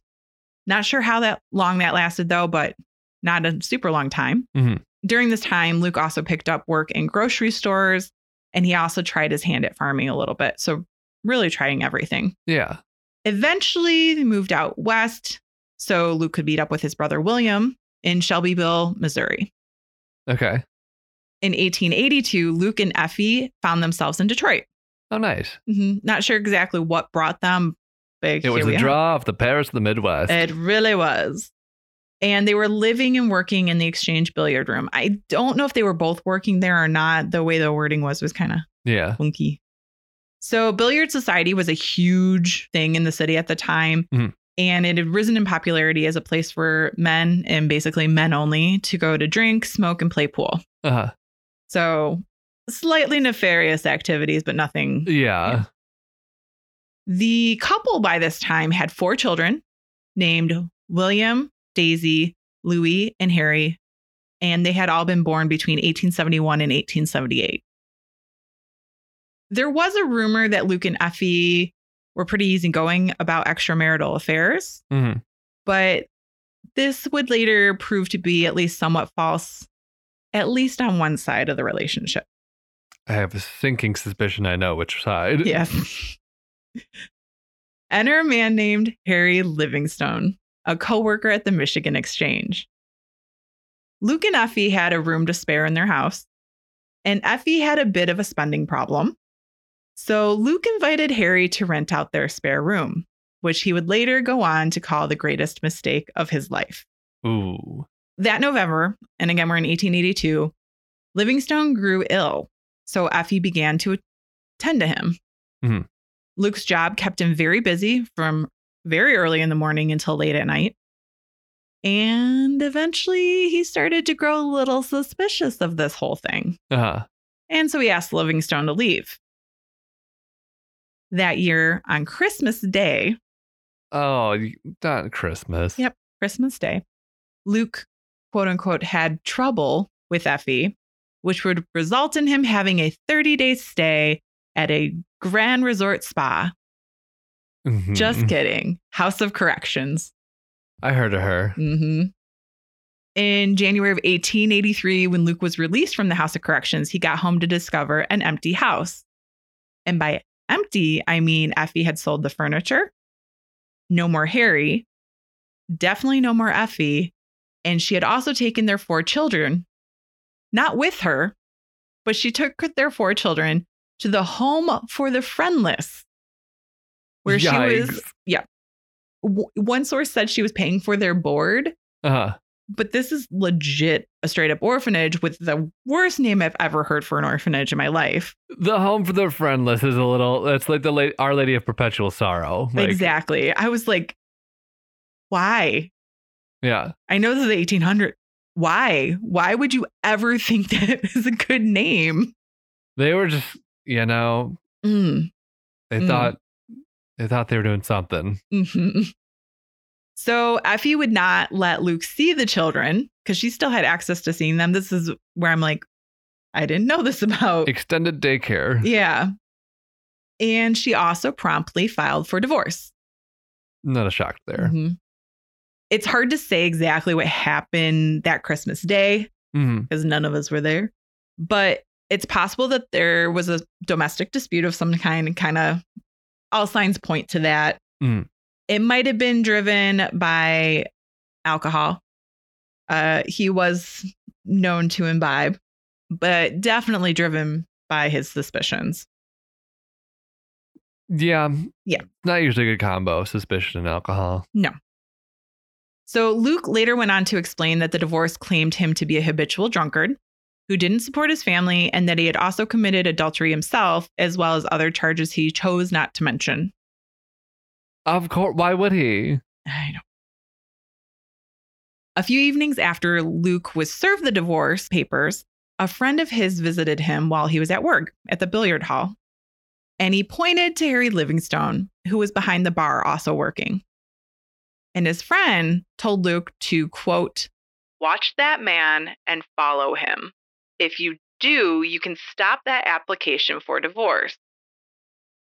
[SPEAKER 3] Not sure how that long that lasted, though, but not a super long time.
[SPEAKER 2] Mhm.
[SPEAKER 3] During this time, Luke also picked up work in grocery stores, and he also tried his hand at farming a little bit. So, really trying everything.
[SPEAKER 2] Yeah.
[SPEAKER 3] Eventually, they moved out west so Luke could meet up with his brother William in Shelbyville, Missouri.
[SPEAKER 2] Okay.
[SPEAKER 3] In 1882, Luke and Effie found themselves in Detroit.
[SPEAKER 2] Oh, nice.
[SPEAKER 3] Mhm. Not sure exactly what brought them. But
[SPEAKER 2] It was
[SPEAKER 3] here we
[SPEAKER 2] a
[SPEAKER 3] are. Eh.
[SPEAKER 2] draw of the Paris of the Midwest.
[SPEAKER 3] It really was. And they were living and working in the exchange billiard room. I don't know if they were both working there or not. The way the wording was was kind of
[SPEAKER 2] yeah.
[SPEAKER 3] funky. So, Billiard Society was a huge thing in the city at the time.
[SPEAKER 2] Mhm.
[SPEAKER 3] And it had risen in popularity as a place for men and basically men only to go to drink, smoke, and play pool.
[SPEAKER 2] Uh-huh.
[SPEAKER 3] So, slightly nefarious activities, but nothing
[SPEAKER 2] Yeah.
[SPEAKER 3] the couple by this time had four children named William, Daisy, Louis, and Harry, and they had all been born between 1871 and 1878. There was a rumor that Luke and Effie were pretty easygoing about extramarital affairs,
[SPEAKER 2] hmm
[SPEAKER 3] but this would later prove to be at least somewhat false, at least on one side of the relationship.
[SPEAKER 2] I have a sinking suspicion I know which side.
[SPEAKER 3] Yes. Enter a man named Harry Livingstone, a coworker at the Michigan Exchange. Luke and Effie had a room to spare in their house, and Effie had a bit of a spending problem. So Luke invited Harry to rent out their spare room, which he would later go on to call the greatest mistake of his life.
[SPEAKER 2] Ooh.
[SPEAKER 3] That November, and again we're in 1882, Livingstone grew ill, so Effie began to attend to him.
[SPEAKER 2] Mhm.
[SPEAKER 3] Luke's job kept him very busy from very early in the morning until late at night. And eventually he started to grow a little suspicious of this whole thing.
[SPEAKER 2] Uh-huh.
[SPEAKER 3] And so he asked Livingstone to leave. That year on Christmas Day,
[SPEAKER 2] Oh, you- not Christmas.
[SPEAKER 3] Yep. Christmas Day, Luke, quote unquote, had trouble with Effie, which would result in him having a 30 day stay at a grand resort spa.
[SPEAKER 2] Mhm.
[SPEAKER 3] Just kidding. House of Corrections.
[SPEAKER 2] mm-hmm. I heard of her.
[SPEAKER 3] hmm In January of 1883, when Luke was released from the House of Corrections, he got home to discover an empty house. And by empty, I mean Effie had sold the furniture. No more Harry. Definitely no more Effie. And she had also taken their four children, not with her, but she took their four children to the home for the friendless, where she was
[SPEAKER 2] Yikes.
[SPEAKER 3] w- one source said she was paying for their board,
[SPEAKER 2] Uh-huh.
[SPEAKER 3] but this is legit a straight up orphanage with the worst name I've ever heard for an orphanage in my life.
[SPEAKER 2] The Home for the Friendless is a little that's like the late Our Lady of Perpetual Sorrow. Like,
[SPEAKER 3] exactly. I was like, why?
[SPEAKER 2] Yeah.
[SPEAKER 3] I know this is 1800. Why? Why would you ever think that is a good name?
[SPEAKER 2] They were just, you know,
[SPEAKER 3] Mm.
[SPEAKER 2] they
[SPEAKER 3] Mm.
[SPEAKER 2] thought they thought they were doing something.
[SPEAKER 3] hmm So Effie would not let Luke see the children because she still had access to seeing them. This is where I'm like, I didn't know this about.
[SPEAKER 2] Extended daycare.
[SPEAKER 3] Yeah. And she also promptly filed for divorce.
[SPEAKER 2] Not a shock there.
[SPEAKER 3] Mhm. It's hard to say exactly what happened that Christmas day
[SPEAKER 2] Mhm.
[SPEAKER 3] because none of us were there, but it's possible that there was a domestic dispute of some kind and kind of all signs point to that.
[SPEAKER 2] Mm.
[SPEAKER 3] It might have been driven by alcohol. Uh, he was known to imbibe, but definitely driven by his suspicions.
[SPEAKER 2] Yeah.
[SPEAKER 3] Yeah.
[SPEAKER 2] Not usually a good combo, suspicion and alcohol.
[SPEAKER 3] So Luke later went on to explain that the divorce claimed him to be a habitual drunkard who didn't support his family and that he had also committed adultery himself, as well as other charges he chose not to mention.
[SPEAKER 2] Of course. Why would he?
[SPEAKER 3] I know. A few evenings after Luke was served the divorce papers, a friend of his visited him while he was at work at the billiard hall. And he pointed to Harry Livingstone, who was behind the bar also working. And his friend told Luke to, quote, watch that man and follow him. If you do, you can stop that application for divorce.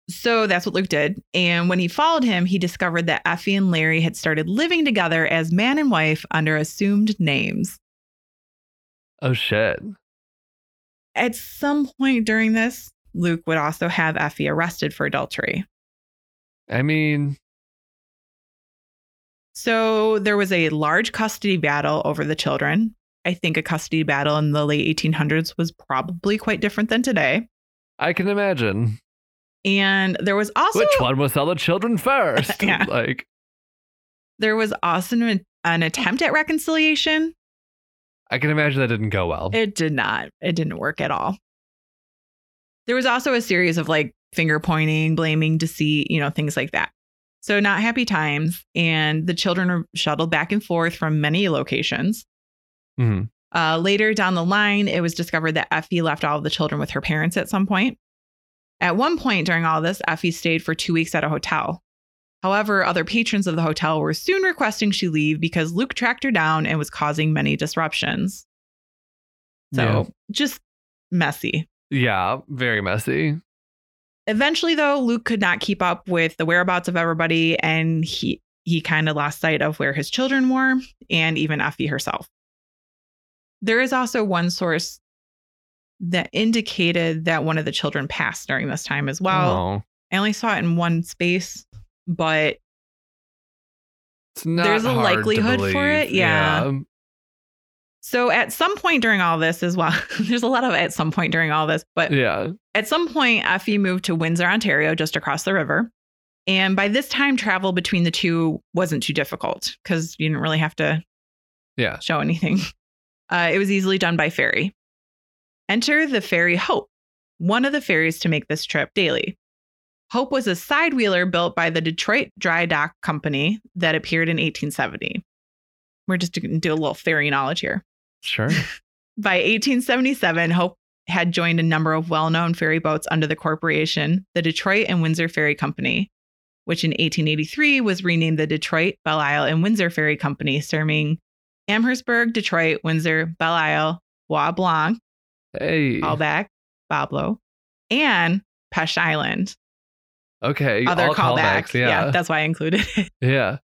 [SPEAKER 3] So that's what Luke did. And when he followed him, he discovered that Effie and Larry had started living together as man and wife under assumed names.
[SPEAKER 2] Oh, shit.
[SPEAKER 3] At some point during this, Luke would also have Effie arrested for adultery.
[SPEAKER 2] I mean,
[SPEAKER 3] So there was a large custody battle over the children. I think a custody battle in the late 1800s was probably quite different than today.
[SPEAKER 2] I can imagine.
[SPEAKER 3] And there was also
[SPEAKER 2] Which one will sell the children first?
[SPEAKER 3] Yeah.
[SPEAKER 2] Like,
[SPEAKER 3] there was also an, an attempt at reconciliation.
[SPEAKER 2] I can imagine that didn't go well.
[SPEAKER 3] It did not. It didn't work at all. There was also a series of like finger pointing, blaming, deceit, you know, things like that. So, not happy times. And the children are shuttled back and forth from many locations.
[SPEAKER 2] Mhm.
[SPEAKER 3] Uh, later down the line, it was discovered that Effie left all of the children with her parents at some point. At one point during all this, Effie stayed for two weeks at a hotel. However, other patrons of the hotel were soon requesting she leave because Luke tracked her down and was causing many disruptions. So, just messy.
[SPEAKER 2] Yeah, very messy.
[SPEAKER 3] Eventually, though, Luke could not keep up with the whereabouts of everybody, and he he kind of lost sight of where his children were, and even Effie herself. There is also one source that indicated that one of the children passed during this time as well.
[SPEAKER 2] Oh.
[SPEAKER 3] I only saw it in one space, but
[SPEAKER 2] It's not
[SPEAKER 3] There's a
[SPEAKER 2] hard to
[SPEAKER 3] likelihood for
[SPEAKER 2] believe.
[SPEAKER 3] it, yeah.
[SPEAKER 2] yeah.
[SPEAKER 3] so at some point during all this as well, there's a lot of at some point during all this, but
[SPEAKER 2] Yeah.
[SPEAKER 3] At some point, Effie moved to Windsor, Ontario, just across the river. And by this time, travel between the two wasn't too difficult because you didn't really have to
[SPEAKER 2] Yeah.
[SPEAKER 3] show anything. Uh, it was easily done by ferry. Enter the ferry Hope, one of the ferries to make this trip daily. Hope was a side wheeler built by the Detroit Dry Dock Company that appeared in 1870. We're just going to do a little ferry knowledge here.
[SPEAKER 2] Sure.
[SPEAKER 3] By 1877, Hope had joined a number of well known ferry boats under the corporation, the Detroit and Windsor Ferry Company, which in 1883 was renamed the Detroit, Belle Isle, and Windsor Ferry Company, serving Amherstburg, Detroit, Windsor, Belle Isle, Bois Blanc,
[SPEAKER 2] Hey.
[SPEAKER 3] Baalbek, Bablo, and Pesh Island.
[SPEAKER 2] Okay.
[SPEAKER 3] Other
[SPEAKER 2] all
[SPEAKER 3] callbacks.
[SPEAKER 2] callbacks. Yeah.
[SPEAKER 3] that's why I included it.
[SPEAKER 2] yeah.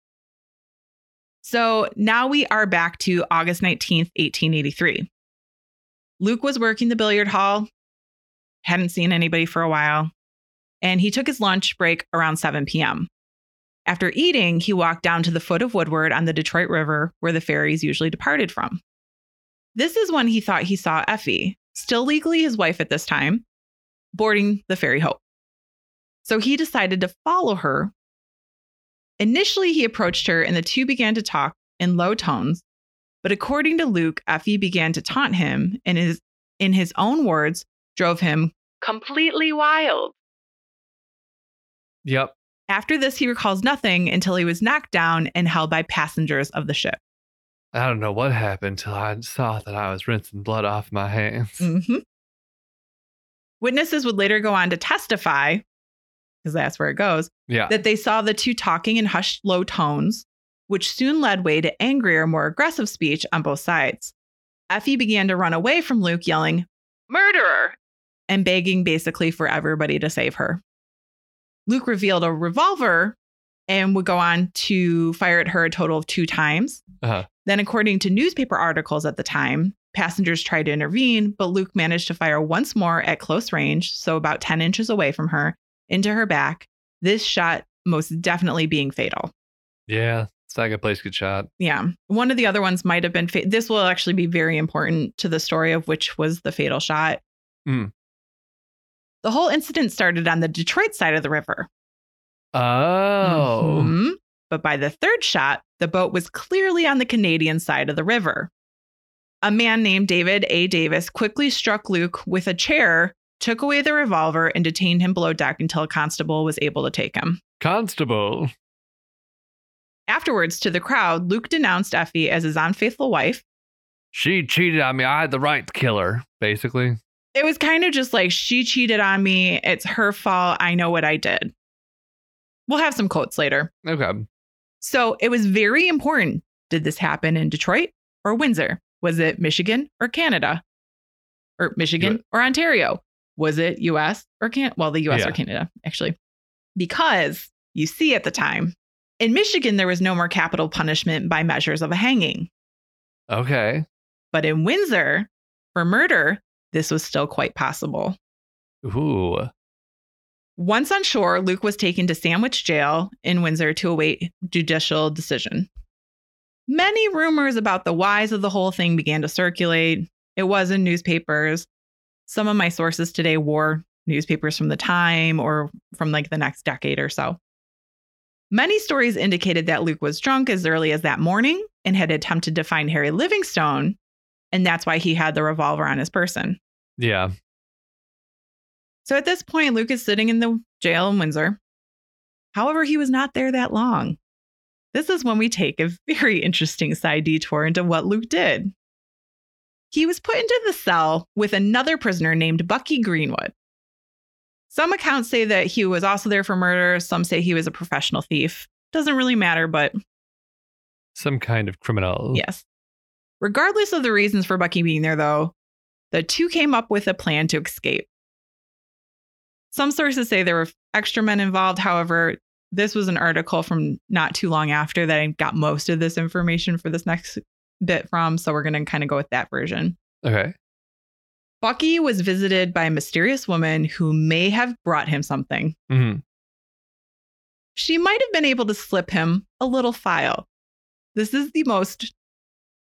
[SPEAKER 3] So now we are back to August 19th, 1883. Luke was working the billiard hall, hadn't seen anybody for a while, and he took his lunch break around 7 p.m. After eating, he walked down to the foot of Woodward on the Detroit River where the ferries usually departed from. This is when he thought he saw Effie, still legally his wife at this time, boarding the ferry Hope. So he decided to follow her Initially, he approached her and the two began to talk in low tones. But according to Luke, Effie began to taunt him and his, in his own words, drove him completely wild.
[SPEAKER 2] Yep.
[SPEAKER 3] After this, he recalls nothing until he was knocked down and held by passengers of the ship.
[SPEAKER 2] I don't know what happened till I saw that I was rinsing blood off my hands.
[SPEAKER 3] Mhm. Witnesses would later go on to testify, because that's where it goes,
[SPEAKER 2] Yeah.
[SPEAKER 3] that they saw the two talking in hushed low tones, which soon led way to angrier, more aggressive speech on both sides. Effie began to run away from Luke, yelling, Murderer! and begging basically for everybody to save her. Luke revealed a revolver and would go on to fire at her a total of two times.
[SPEAKER 2] Uh-huh.
[SPEAKER 3] Then, according to newspaper articles at the time, passengers tried to intervene, but Luke managed to fire once more at close range, so about 10 inches away from her, into her back, this shot most definitely being fatal.
[SPEAKER 2] yeah. It's not a good place to get shot.
[SPEAKER 3] Yeah. One of the other ones might have been fa- this will actually be very important to the story of which was the fatal shot.
[SPEAKER 2] Mm.
[SPEAKER 3] The whole incident started on the Detroit side of the river
[SPEAKER 2] Oh.
[SPEAKER 3] Mhm. But by the third shot, the boat was clearly on the Canadian side of the river. A man named David A. Davis quickly struck Luke with a chair, took away the revolver, and detained him below deck until a constable was able to take him.
[SPEAKER 2] Constable.
[SPEAKER 3] Afterwards, to the crowd, Luke denounced Effie as his unfaithful wife.
[SPEAKER 2] She cheated on me. I had the right to kill her, basically.
[SPEAKER 3] It was kind of just like, she cheated on me. It's her fault. I know what I did. We'll have some quotes later.
[SPEAKER 2] Okay.
[SPEAKER 3] So it was very important. Did this happen in Detroit or Windsor? Was it Michigan or Canada? Or Michigan
[SPEAKER 2] Yeah.
[SPEAKER 3] or Ontario? Was it US or Can well, the US
[SPEAKER 2] Yeah.
[SPEAKER 3] or Canada, actually. Because you see at the time, in Michigan there was no more capital punishment by measures of a hanging.
[SPEAKER 2] Okay.
[SPEAKER 3] But in Windsor, for murder, this was still quite possible.
[SPEAKER 2] Ooh.
[SPEAKER 3] Once on shore, Luke was taken to Sandwich Jail in Windsor to await judicial decision. Many rumors about the whys of the whole thing began to circulate. It was in newspapers. Some of my sources today wore newspapers from the time or from like the next decade or so. Many stories indicated that Luke was drunk as early as that morning and had attempted to find Harry Livingstone, and that's why he had the revolver on his person.
[SPEAKER 2] Yeah.
[SPEAKER 3] So at this point, Luke is sitting in the jail in Windsor. However, he was not there that long. This is when we take a very interesting side detour into what Luke did. He was put into the cell with another prisoner named Bucky Greenwood. Some accounts say that he was also there for murder, some say he was a professional thief. Doesn't really matter, but
[SPEAKER 2] Some kind of criminal.
[SPEAKER 3] Yes. Regardless of the reasons for Bucky being there, though, the two came up with a plan to escape. Some sources say there were extra men involved. However, this was an article from not too long after that I got most of this information for this next bit from. So we're going to kind of go with that version.
[SPEAKER 2] Okay.
[SPEAKER 3] Bucky was visited by a mysterious woman who may have brought him something.
[SPEAKER 2] hmm
[SPEAKER 3] she might have been able to slip him a little file. This is the most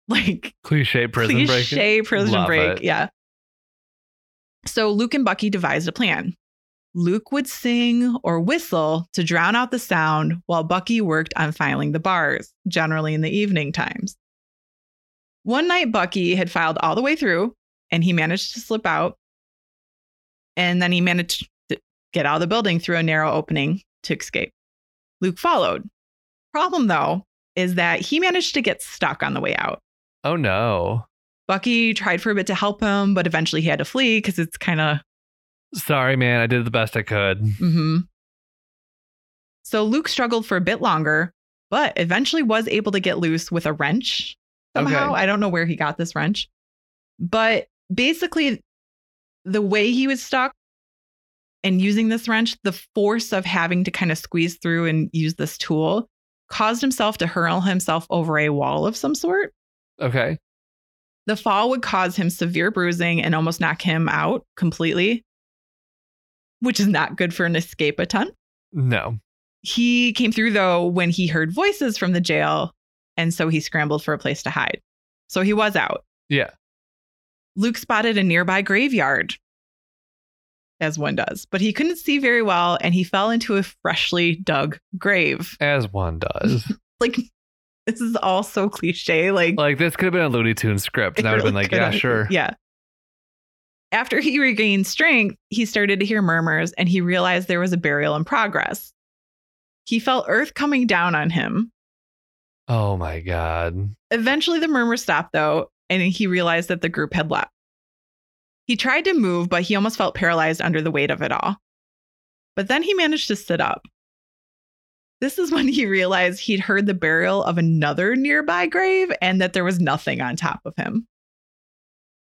[SPEAKER 3] like
[SPEAKER 2] Cliche prison breaking.
[SPEAKER 3] cliche prison
[SPEAKER 2] Love
[SPEAKER 3] break.
[SPEAKER 2] it.
[SPEAKER 3] Yeah. So Luke and Bucky devised a plan. Luke would sing or whistle to drown out the sound while Bucky worked on filing the bars, generally in the evening times. One night, Bucky had filed all the way through and he managed to slip out. And then he managed to get out of the building through a narrow opening to escape. Luke followed. Problem, though, is that he managed to get stuck on the way out.
[SPEAKER 2] Oh no.
[SPEAKER 3] Bucky tried for a bit to help him, but eventually he had to flee because it's kind of.
[SPEAKER 2] Sorry, man. I did the best I could.
[SPEAKER 3] mhm. So Luke struggled for a bit longer, but eventually was able to get loose with a wrench somehow.
[SPEAKER 2] Okay.
[SPEAKER 3] I don't know where he got this wrench, but basically, the way he was stuck and using this wrench, the force of having to kind of squeeze through and use this tool caused himself to hurl himself over a wall of some sort.
[SPEAKER 2] Okay.
[SPEAKER 3] The fall would cause him severe bruising and almost knock him out completely, which is not good for an escape attempt.
[SPEAKER 2] No.
[SPEAKER 3] He came through though when he heard voices from the jail, and so he scrambled for a place to hide. So he was out.
[SPEAKER 2] Yeah.
[SPEAKER 3] Luke spotted a nearby graveyard, as one does, but he couldn't see very well and he fell into a freshly dug grave.
[SPEAKER 2] As one does.
[SPEAKER 3] Like, this is all so cliche. Like,
[SPEAKER 2] like this could have been a Looney Tunes script, and I would have been like,
[SPEAKER 3] It really
[SPEAKER 2] yeah,
[SPEAKER 3] could've-
[SPEAKER 2] sure.
[SPEAKER 3] Yeah. After he regained strength, he started to hear murmurs and he realized there was a burial in progress. He felt earth coming down on him.
[SPEAKER 2] Oh my god.
[SPEAKER 3] Eventually, the murmurs stopped though, and he realized that the group had left. He tried to move, but he almost felt paralyzed under the weight of it all. But then he managed to sit up. This is when he realized he'd heard the burial of another nearby grave and that there was nothing on top of him.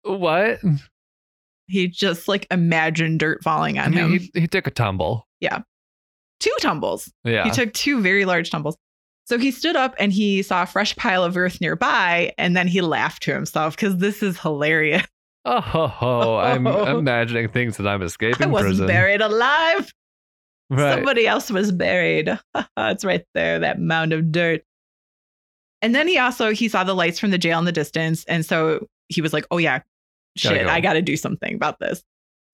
[SPEAKER 2] What?
[SPEAKER 3] He just like imagined dirt falling
[SPEAKER 2] I
[SPEAKER 3] on him.
[SPEAKER 2] mean, he, he took a tumble.
[SPEAKER 3] two tumbles.
[SPEAKER 2] Yeah.
[SPEAKER 3] He took two very large tumbles. So he stood up and he saw a fresh pile of earth nearby, and then he laughed to himself because this is hilarious.
[SPEAKER 2] oh, ho, ho. I'm
[SPEAKER 3] Oh.
[SPEAKER 2] imagining things that I'm escaping
[SPEAKER 3] I wasn't
[SPEAKER 2] prison.
[SPEAKER 3] buried alive.
[SPEAKER 2] Right.
[SPEAKER 3] Somebody else was buried. it's right there, that mound of dirt. And then he also he saw the lights from the jail in the distance, and so he was like, "Oh yeah,
[SPEAKER 2] Gotta
[SPEAKER 3] shit,
[SPEAKER 2] go.
[SPEAKER 3] I got to do something about this."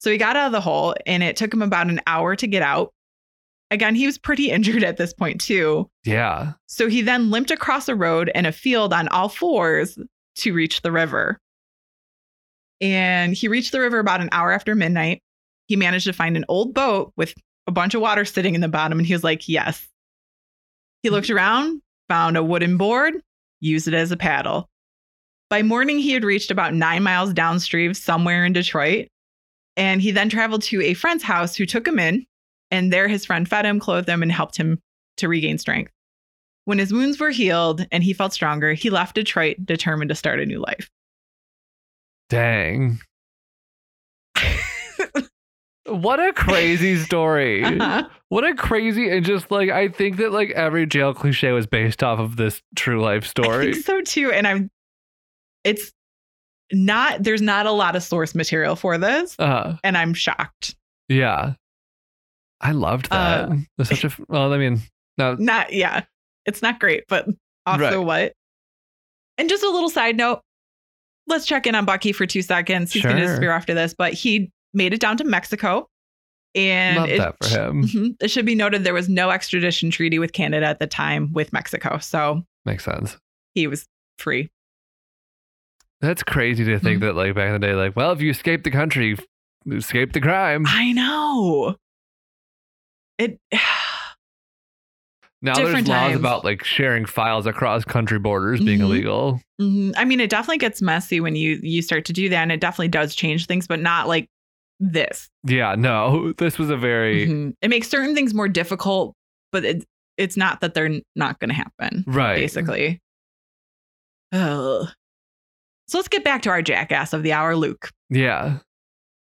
[SPEAKER 3] So he got out of the hole, and it took him about an hour to get out. Again, he was pretty injured at this point, too.
[SPEAKER 2] Yeah.
[SPEAKER 3] So he then limped across a road and a field on all fours to reach the river. And he reached the river about an hour after midnight. He managed to find an old boat with a bunch of water sitting in the bottom. And he was like, Yes. He looked around, found a wooden board, used it as a paddle. By morning, he had reached about nine miles downstream, somewhere in Detroit. And he then traveled to a friend's house who took him in. And there, his friend fed him, clothed him, and helped him to regain strength. When his wounds were healed and he felt stronger, he left Detroit determined to start a new life.
[SPEAKER 2] Dang. what a crazy story.
[SPEAKER 3] Uh-huh.
[SPEAKER 2] What a crazy and just like I think that like every jail cliche was based off of this true life
[SPEAKER 3] I
[SPEAKER 2] story.
[SPEAKER 3] think so too. And I'm, it's not, there's not a lot of source material for this.
[SPEAKER 2] Uh
[SPEAKER 3] And I'm shocked.
[SPEAKER 2] yeah. I loved that.
[SPEAKER 3] Uh,
[SPEAKER 2] That's such a f- well, I mean, no
[SPEAKER 3] Not, yeah, it's not great, but also what? And just a little side note let's check in on Bucky for two seconds. He's going to
[SPEAKER 2] Sure.
[SPEAKER 3] disappear after this, but he made it down to Mexico. And
[SPEAKER 2] love
[SPEAKER 3] it
[SPEAKER 2] that for him.
[SPEAKER 3] Mhm. It should be noted there was no extradition treaty with Canada at the time with Mexico, so
[SPEAKER 2] Makes sense.
[SPEAKER 3] he was free.
[SPEAKER 2] That's crazy to
[SPEAKER 3] Mm-hmm.
[SPEAKER 2] think that like back in the day, like, well, if you escape the country, you escape the crime.
[SPEAKER 3] I know. It
[SPEAKER 2] Now
[SPEAKER 3] different
[SPEAKER 2] there's laws
[SPEAKER 3] times.
[SPEAKER 2] about like sharing files across country borders being
[SPEAKER 3] Mhm.
[SPEAKER 2] illegal.
[SPEAKER 3] Mhm. I mean it definitely gets messy when you you start to do that and it definitely does change things but not like this.
[SPEAKER 2] Yeah, no, this was a very
[SPEAKER 3] Mhm. It makes certain things more difficult, but it, it's not that they're n- not going to happen.
[SPEAKER 2] right.
[SPEAKER 3] basically. Ugh. So let's get back to our jackass of the hour, Luke.
[SPEAKER 2] Yeah,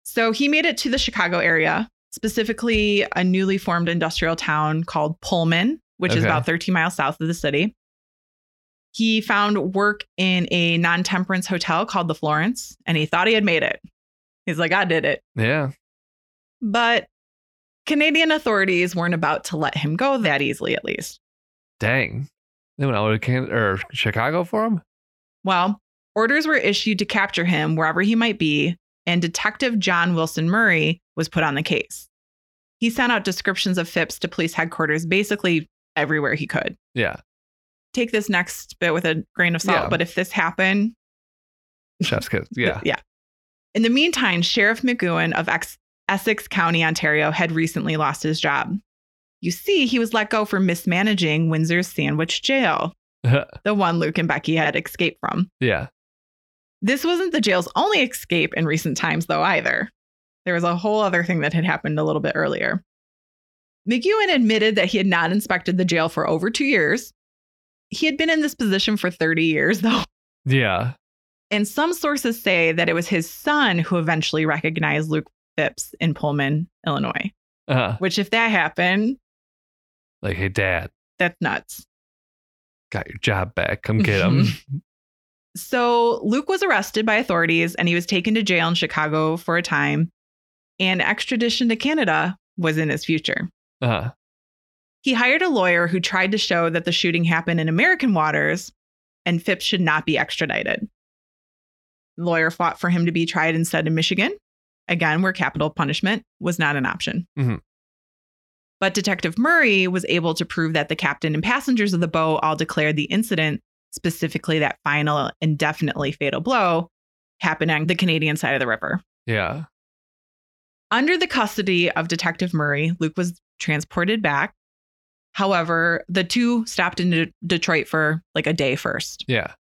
[SPEAKER 3] So he made it to the Chicago area, specifically a newly formed industrial town called Pullman, which is
[SPEAKER 2] Okay.
[SPEAKER 3] about 13 miles south of the city. He found work in a non temperance hotel called the Florence, and he thought he had made it. He's like, I did it.
[SPEAKER 2] yeah,
[SPEAKER 3] But Canadian authorities weren't about to let him go that easily, at least.
[SPEAKER 2] dang. They went out to Canada or Chicago for him.
[SPEAKER 3] Well, orders were issued to capture him wherever he might be, and Detective John Wilson Murray was put on the case. He sent out descriptions of Phipps to police headquarters basically everywhere he could.
[SPEAKER 2] Yeah,
[SPEAKER 3] Take this next bit with a grain of salt,
[SPEAKER 2] Yeah.
[SPEAKER 3] but if this happened,
[SPEAKER 2] chef's kiss. Yeah,
[SPEAKER 3] yeah. In the meantime, Sheriff McGowan of Ex- Essex County, Ontario, had recently lost his job. You see, he was let go for mismanaging Windsor's Sandwich Jail, the one Luke and Becky had escaped from.
[SPEAKER 2] yeah.
[SPEAKER 3] This wasn't the jail's only escape in recent times, though, either. There was a whole other thing that had happened a little bit earlier. McEwen admitted that he had not inspected the jail for over two years. He had been in this position for 30 years, though,
[SPEAKER 2] Yeah.
[SPEAKER 3] and some sources say that it was his son who eventually recognized Luke Phipps in Pullman, Illinois.
[SPEAKER 2] Uh,
[SPEAKER 3] Which, if that happened,
[SPEAKER 2] like, hey, Dad,
[SPEAKER 3] that's nuts.
[SPEAKER 2] got your job back. Come get him.
[SPEAKER 3] Mm-hmm. So Luke was arrested by authorities and he was taken to jail in Chicago for a time, and extradition to Canada was in his future.
[SPEAKER 2] Uh,
[SPEAKER 3] He hired a lawyer who tried to show that the shooting happened in American waters and Phipps should not be extradited. The lawyer fought for him to be tried instead in Michigan, again, where capital punishment was not an option.
[SPEAKER 2] Mhm.
[SPEAKER 3] But Detective Murray was able to prove that the captain and passengers of the boat all declared the incident, specifically that final indefinitely fatal blow, happened on the Canadian side of the river.
[SPEAKER 2] yeah.
[SPEAKER 3] Under the custody of Detective Murray, Luke was transported back. However, the two stopped in De- Detroit for like a day first.
[SPEAKER 2] Yeah.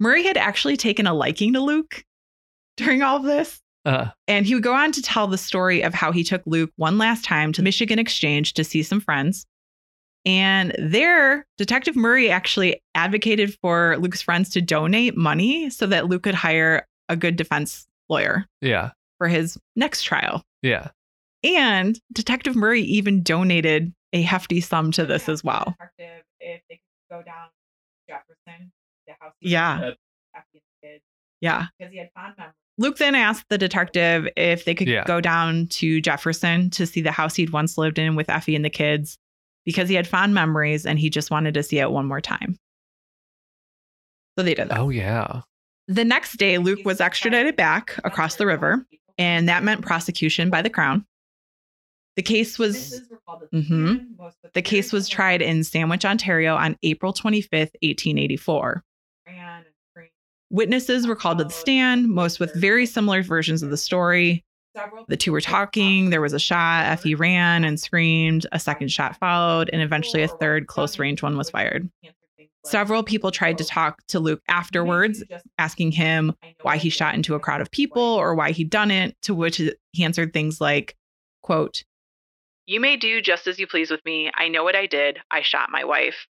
[SPEAKER 3] Murray had actually taken a liking to Luke during all of this.
[SPEAKER 2] Uh,
[SPEAKER 3] And he would go on to tell the story of how he took Luke one last time to Michigan Exchange to see some friends. And there, Detective Murray actually advocated for Luke's friends to donate money so that Luke could hire a good defense lawyer
[SPEAKER 2] yeah.
[SPEAKER 3] for his next trial.
[SPEAKER 2] Yeah.
[SPEAKER 3] And Detective Murray even donated a hefty sum to this as well. Yeah. Yeah. Luke then asked the detective if they could
[SPEAKER 2] Yeah.
[SPEAKER 3] go down to Jefferson to see the house he'd once lived in with Effie and the kids because he had fond memories and he just wanted to see it one more time. So they did that.
[SPEAKER 2] Oh, yeah.
[SPEAKER 3] The next day, Luke was extradited back across the river, and that meant prosecution by the Crown. The case was Mhm. the case was tried in Sandwich, Ontario on April 25th, 1884. Witnesses were called to the stand, most with very similar versions of the story. The two were talking, there was a shot, Effie ran and screamed, a second shot followed, and eventually a third close range one was fired. Several people tried to talk to Luke afterwards, asking him why he shot into a crowd of people or why he'd done it, to which he answered things like, quote, You may do just as you please with me. I know what I did. I shot my wife.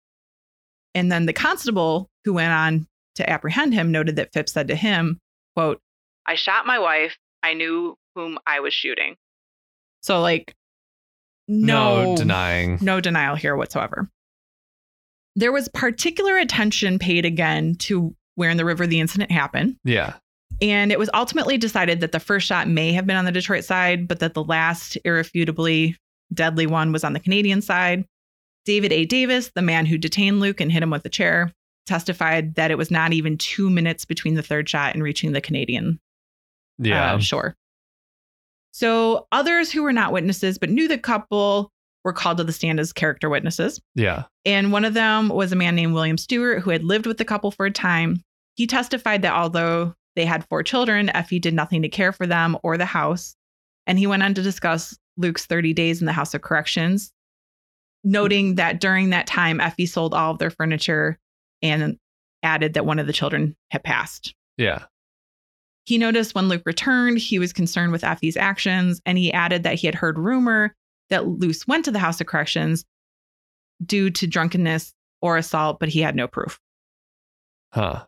[SPEAKER 3] And then the constable who went on to apprehend him noted that Phipps said to him, quote, I shot my wife. I knew whom I was shooting. So like no,
[SPEAKER 2] no denying.
[SPEAKER 3] no denial here whatsoever. There was particular attention paid again to where in the river the incident happened.
[SPEAKER 2] Yeah.
[SPEAKER 3] And it was ultimately decided that the first shot may have been on the Detroit side, but that the last irrefutably deadly one was on the Canadian side. David A. Davis, the man who detained Luke and hit him with a chair, testified that it was not even two minutes between the third shot and reaching the Canadian
[SPEAKER 2] Yeah.
[SPEAKER 3] uh, shore. So others who were not witnesses but knew the couple were called to the stand as character witnesses.
[SPEAKER 2] yeah.
[SPEAKER 3] And one of them was a man named William Stewart, who had lived with the couple for a time. He testified that although they had four children, Effie did nothing to care for them or the house. And he went on to discuss Luke's 30 days in the House of Corrections, noting that during that time, Effie sold all of their furniture and added that one of the children had passed.
[SPEAKER 2] Yeah.
[SPEAKER 3] He noticed when Luke returned, he was concerned with Effie's actions, and he added that he had heard rumor that Luce went to the House of Corrections due to drunkenness or assault, but he had no proof.
[SPEAKER 2] Huh.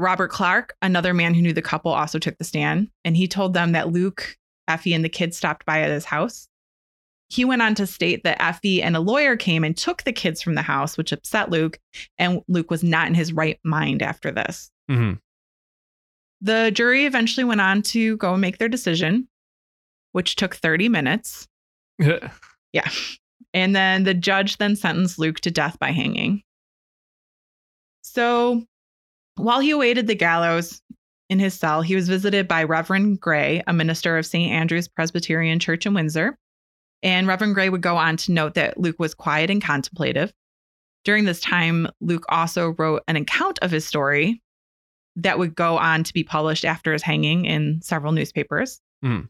[SPEAKER 3] Robert Clark, another man who knew the couple, also took the stand, and he told them that Luke, Effie, and the kids stopped by at his house. He went on to state that Effie and a lawyer came and took the kids from the house, which upset Luke, and Luke was not in his right mind after this.
[SPEAKER 2] hmm
[SPEAKER 3] The jury eventually went on to go and make their decision, which took 30 minutes. Yeah. And then the judge then sentenced Luke to death by hanging. So while he awaited the gallows in his cell, he was visited by Reverend Gray, a minister of St. Andrew's Presbyterian Church in Windsor. And Reverend Gray would go on to note that Luke was quiet and contemplative. During this time, Luke also wrote an account of his story that would go on to be published after his hanging in several newspapers.
[SPEAKER 2] Hmm.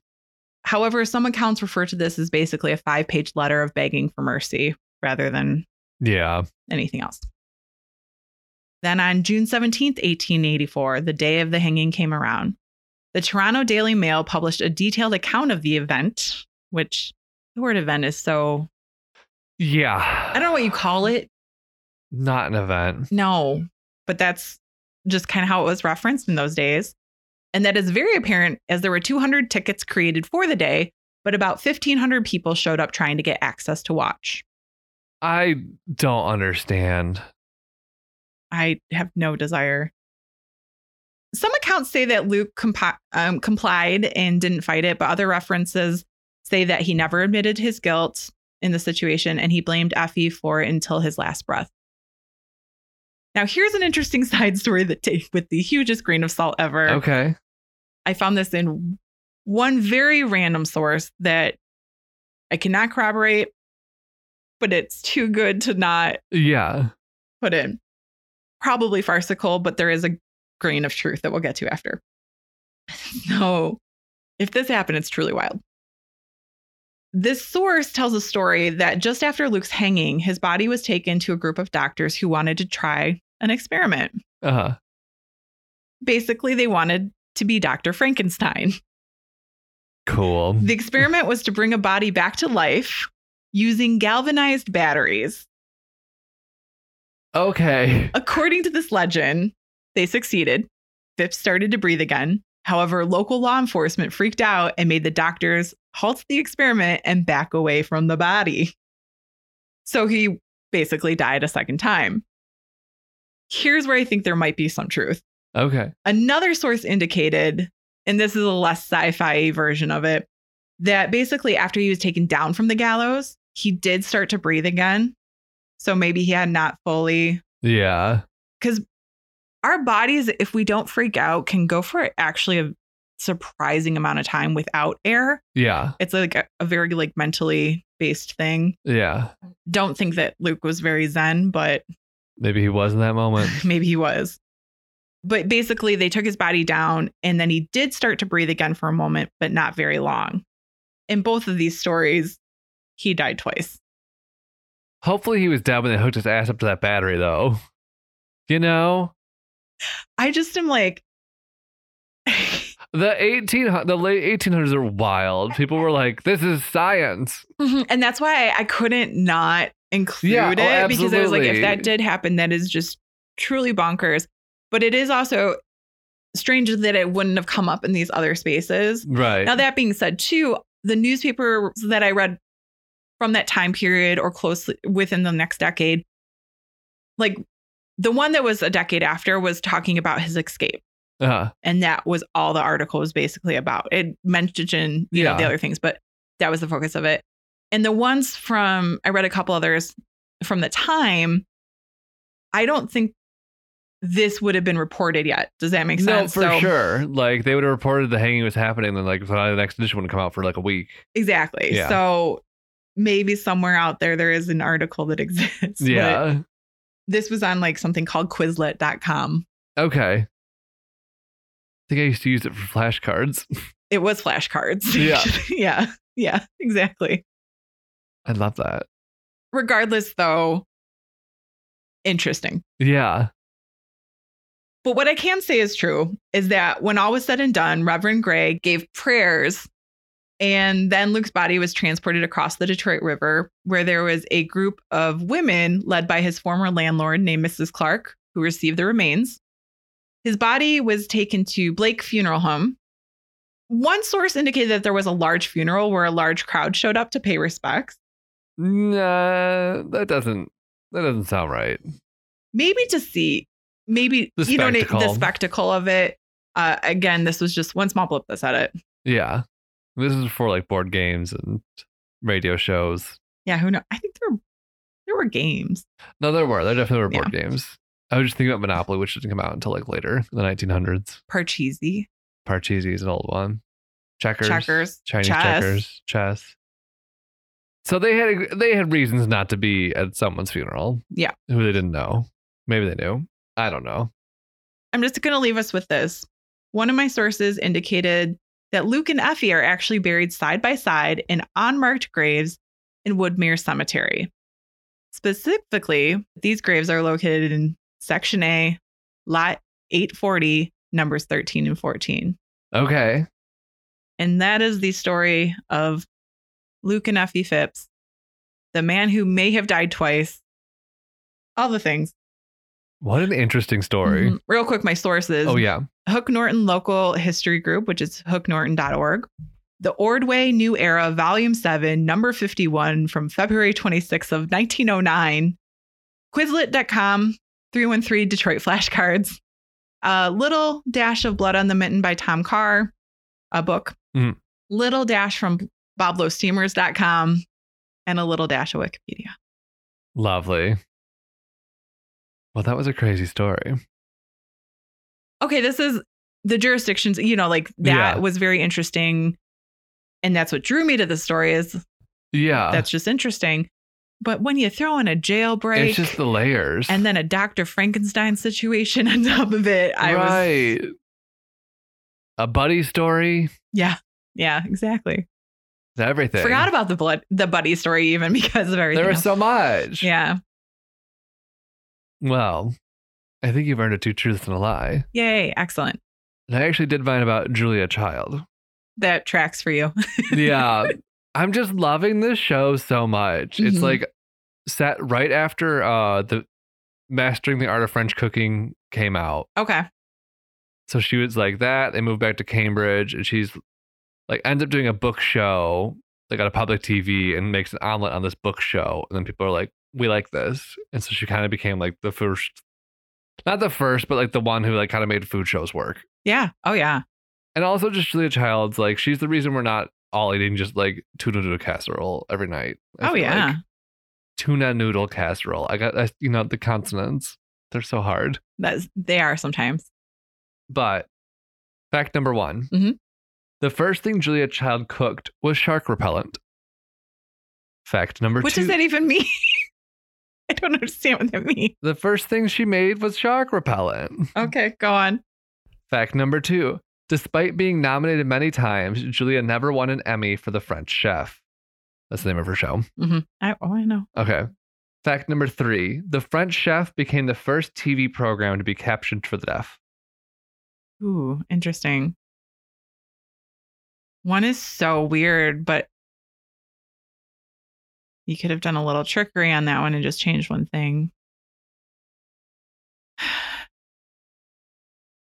[SPEAKER 3] However, some accounts refer to this as basically a five page letter of begging for mercy rather than
[SPEAKER 2] yeah.
[SPEAKER 3] anything else. Then on June 17th, 1884, the day of the hanging came around. The Toronto Daily Mail published a detailed account of the event, which the word event is so,
[SPEAKER 2] Yeah.
[SPEAKER 3] I don't know what you call it.
[SPEAKER 2] Not an event.
[SPEAKER 3] No, but that's just kind of how it was referenced in those days. And that is very apparent as there were 200 tickets created for the day, but about 1,500 people showed up trying to get access to watch.
[SPEAKER 2] I don't understand.
[SPEAKER 3] I have no desire. Some accounts say that Luke compi- um, complied and didn't fight it, but other references say that he never admitted his guilt in the situation and he blamed Effie for it until his last breath. Now, here's an interesting side story that take with the hugest grain of salt ever.
[SPEAKER 2] Okay.
[SPEAKER 3] I found this in one very random source that I cannot corroborate, but it's too good to not
[SPEAKER 2] Yeah.
[SPEAKER 3] put in. Probably farcical, but there is a grain of truth that we'll get to after. So, if this happened, it's truly wild. This source tells a story that just after Luke's hanging, his body was taken to a group of doctors who wanted to try an experiment.
[SPEAKER 2] Uh huh.
[SPEAKER 3] Basically, they wanted to be Dr. Frankenstein.
[SPEAKER 2] Cool.
[SPEAKER 3] The experiment was to bring a body back to life using galvanized batteries.
[SPEAKER 2] okay.
[SPEAKER 3] According to this legend, they succeeded. Phipps started to breathe again. However, local law enforcement freaked out and made the doctors halt the experiment and back away from the body. So he basically died a second time. Here's where I think there might be some truth.
[SPEAKER 2] Okay.
[SPEAKER 3] Another source indicated, and this is a less sci fi version of it, that basically after he was taken down from the gallows, he did start to breathe again. So maybe he had not fully
[SPEAKER 2] Yeah.
[SPEAKER 3] because our bodies, if we don't freak out, can go for actually a surprising amount of time without air.
[SPEAKER 2] Yeah.
[SPEAKER 3] It's like a, a very like mentally based thing.
[SPEAKER 2] Yeah.
[SPEAKER 3] Don't think that Luke was very zen, but
[SPEAKER 2] Maybe he was in that moment.
[SPEAKER 3] maybe he was. But basically, they took his body down and then he did start to breathe again for a moment, but not very long. In both of these stories, he died twice.
[SPEAKER 2] Hopefully, he was dead when they hooked his ass up to that battery, though. You know,
[SPEAKER 3] I just am like,
[SPEAKER 2] the eighteen, the late eighteen hundreds are wild. People were like, "This is science."
[SPEAKER 3] Mhm. and that's why I couldn't not include
[SPEAKER 2] Yeah, oh,
[SPEAKER 3] it because I was like, if
[SPEAKER 2] absolutely.
[SPEAKER 3] that did happen, that is just truly bonkers. But it is also strange that it wouldn't have come up in these other spaces.
[SPEAKER 2] Right.
[SPEAKER 3] Now, that being said, too, the newspapers that I read from that time period or closely within the next decade, like the one that was a decade after was talking about his escape.
[SPEAKER 2] uh,
[SPEAKER 3] And that was all the article was basically about. It mentioned, you know, the
[SPEAKER 2] Yeah.
[SPEAKER 3] other things, but that was the focus of it. And the ones from, I read a couple others from the time. I don't think this would have been reported yet. Does that make
[SPEAKER 2] no,
[SPEAKER 3] sense?
[SPEAKER 2] for
[SPEAKER 3] So-
[SPEAKER 2] sure. Like they would have reported the hanging was happening, then like finally the next edition wouldn't come out for like a week.
[SPEAKER 3] Exactly.
[SPEAKER 2] Yeah.
[SPEAKER 3] So maybe somewhere out there there is an article that exists. but
[SPEAKER 2] Yeah.
[SPEAKER 3] this was on like something called Quizlet.com.
[SPEAKER 2] Okay. I think I used to use it for flashcards.
[SPEAKER 3] It was flashcards.
[SPEAKER 2] Yeah.
[SPEAKER 3] yeah. Yeah. Exactly.
[SPEAKER 2] I love that.
[SPEAKER 3] Regardless, though, interesting.
[SPEAKER 2] Yeah.
[SPEAKER 3] But what I can say is true is that when all was said and done, Reverend Gray gave prayers. And then Luke's body was transported across the Detroit River, where there was a group of women led by his former landlord named Mrs. Clark, who received the remains. His body was taken to Blake Funeral Home. One source indicated that there was a large funeral where a large crowd showed up to pay respects.
[SPEAKER 2] Nah, that doesn't that doesn't sound right.
[SPEAKER 3] maybe to see maybe
[SPEAKER 2] The
[SPEAKER 3] you know what I- the
[SPEAKER 2] spectacle.
[SPEAKER 3] spectacle of it uh, again this was just one small blip that said it
[SPEAKER 2] Yeah. This is for like board games and radio shows.
[SPEAKER 3] yeah who knows i think there were, there were games
[SPEAKER 2] No, there were. There definitely were board games. I was just thinking about Monopoly, which didn't come out until like later, the 1900s.
[SPEAKER 3] parcheesi
[SPEAKER 2] Parcheesi is an old one. Checkers.
[SPEAKER 3] Checkers.
[SPEAKER 2] Chinese
[SPEAKER 3] Chess.
[SPEAKER 2] checkers. Chess. So they had they had reasons not to be at someone's funeral.
[SPEAKER 3] Yeah.
[SPEAKER 2] Who they didn't know. Maybe they knew. I don't know.
[SPEAKER 3] i'm just going to leave us with this one of my sources indicated that luke and effie are actually buried side by side in unmarked graves in woodmere cemetery specifically these graves are located in section a lot 840 numbers 13 and 14
[SPEAKER 2] Okay.
[SPEAKER 3] And that is the story of Luke and Effie Phipps, the man who may have died twice, all the things.
[SPEAKER 2] What an interesting story.
[SPEAKER 3] Mhm. Real quick, my sources
[SPEAKER 2] Oh yeah.
[SPEAKER 3] Hook Norton Local History Group, which is hooknorton.org, The Ordway New Era, Volume 7, Number 51, from February 26th of 1909, Quizlet.com, 313 Detroit Flashcards, A Little Dash of Blood on the Mitten by Tom Carr, a book,
[SPEAKER 2] Mhm.
[SPEAKER 3] Little Dash from BobLowSteamers.com, and A Little Dash of Wikipedia.
[SPEAKER 2] Lovely. Well, that was a crazy story.
[SPEAKER 3] okay, this is the jurisdictions, you know, like
[SPEAKER 2] Yeah.
[SPEAKER 3] that was very interesting. And that's what drew me to the story is
[SPEAKER 2] Yeah.
[SPEAKER 3] that's just interesting. But when you throw in a jailbreak
[SPEAKER 2] it's just the layers.
[SPEAKER 3] and then a Dr. Frankenstein situation on top of it, I was
[SPEAKER 2] right. A buddy story.
[SPEAKER 3] yeah. Yeah, exactly.
[SPEAKER 2] Everything.
[SPEAKER 3] Forgot about the blood the buddy story even because of everything.
[SPEAKER 2] There was
[SPEAKER 3] else.
[SPEAKER 2] so much.
[SPEAKER 3] yeah.
[SPEAKER 2] Well, I think you've earned a two truths and a lie.
[SPEAKER 3] Yay. Excellent.
[SPEAKER 2] And I actually did mine about Julia Child.
[SPEAKER 3] That tracks for you.
[SPEAKER 2] Yeah. I'm just loving this show so much. It's
[SPEAKER 3] Mhm.
[SPEAKER 2] like set right after uh the Mastering the Art of French Cooking came out.
[SPEAKER 3] Okay.
[SPEAKER 2] So she was like that. They moved back to Cambridge and she's like ends up doing a book show, like on a public TV and makes an omelet on this book show. And then people are like, We like this. And so she kind of became like the first not the first, but like the one who like kind of made food shows work.
[SPEAKER 3] Yeah. Oh yeah.
[SPEAKER 2] And also just Julia Child's like she's the reason we're not all eating just like tuna noodle casserole every night. I
[SPEAKER 3] oh
[SPEAKER 2] feel
[SPEAKER 3] yeah.
[SPEAKER 2] like. tuna noodle casserole. I got I, you know the consonants. They're so hard.
[SPEAKER 3] That's they are sometimes.
[SPEAKER 2] But fact number one.
[SPEAKER 3] Mhm.
[SPEAKER 2] The first thing Julia Child cooked was shark repellent. Fact number
[SPEAKER 3] What
[SPEAKER 2] two.
[SPEAKER 3] does that even mean? I don't understand what that means.
[SPEAKER 2] the first thing she made was shark repellent.
[SPEAKER 3] Okay, go on.
[SPEAKER 2] Fact number two. Despite being nominated many times, Julia never won an Emmy for The French Chef. That's the name of her show.
[SPEAKER 3] I, oh, I know.
[SPEAKER 2] Okay. Fact number three The French Chef became the first TV program to be captioned for the deaf.
[SPEAKER 3] Ooh, interesting. One is so weird, but you could have done a little trickery on that one and just changed one thing.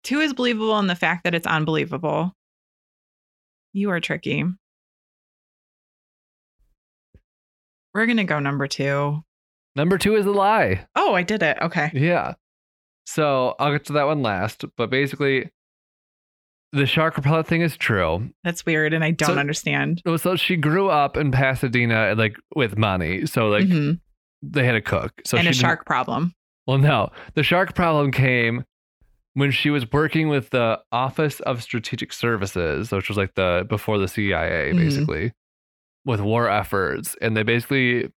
[SPEAKER 3] Two is believable in the fact that it's unbelievable. You are tricky. We're going to go number two.
[SPEAKER 2] Number two is a lie.
[SPEAKER 3] Oh, I did it. Okay.
[SPEAKER 2] Yeah. So I'll get to that one last, but basically, the shark repellent thing is true.
[SPEAKER 3] That's weird. And I don't
[SPEAKER 2] So-
[SPEAKER 3] understand.
[SPEAKER 2] So she grew up in Pasadena, like with money. So like
[SPEAKER 3] Mhm.
[SPEAKER 2] they had a cook. So
[SPEAKER 3] and
[SPEAKER 2] she
[SPEAKER 3] a
[SPEAKER 2] didn't-
[SPEAKER 3] shark problem.
[SPEAKER 2] Well, no, the shark problem came when she was working with the Office of Strategic Services, which was like the before the CIA,
[SPEAKER 3] Mhm.
[SPEAKER 2] basically, with war efforts, and they basically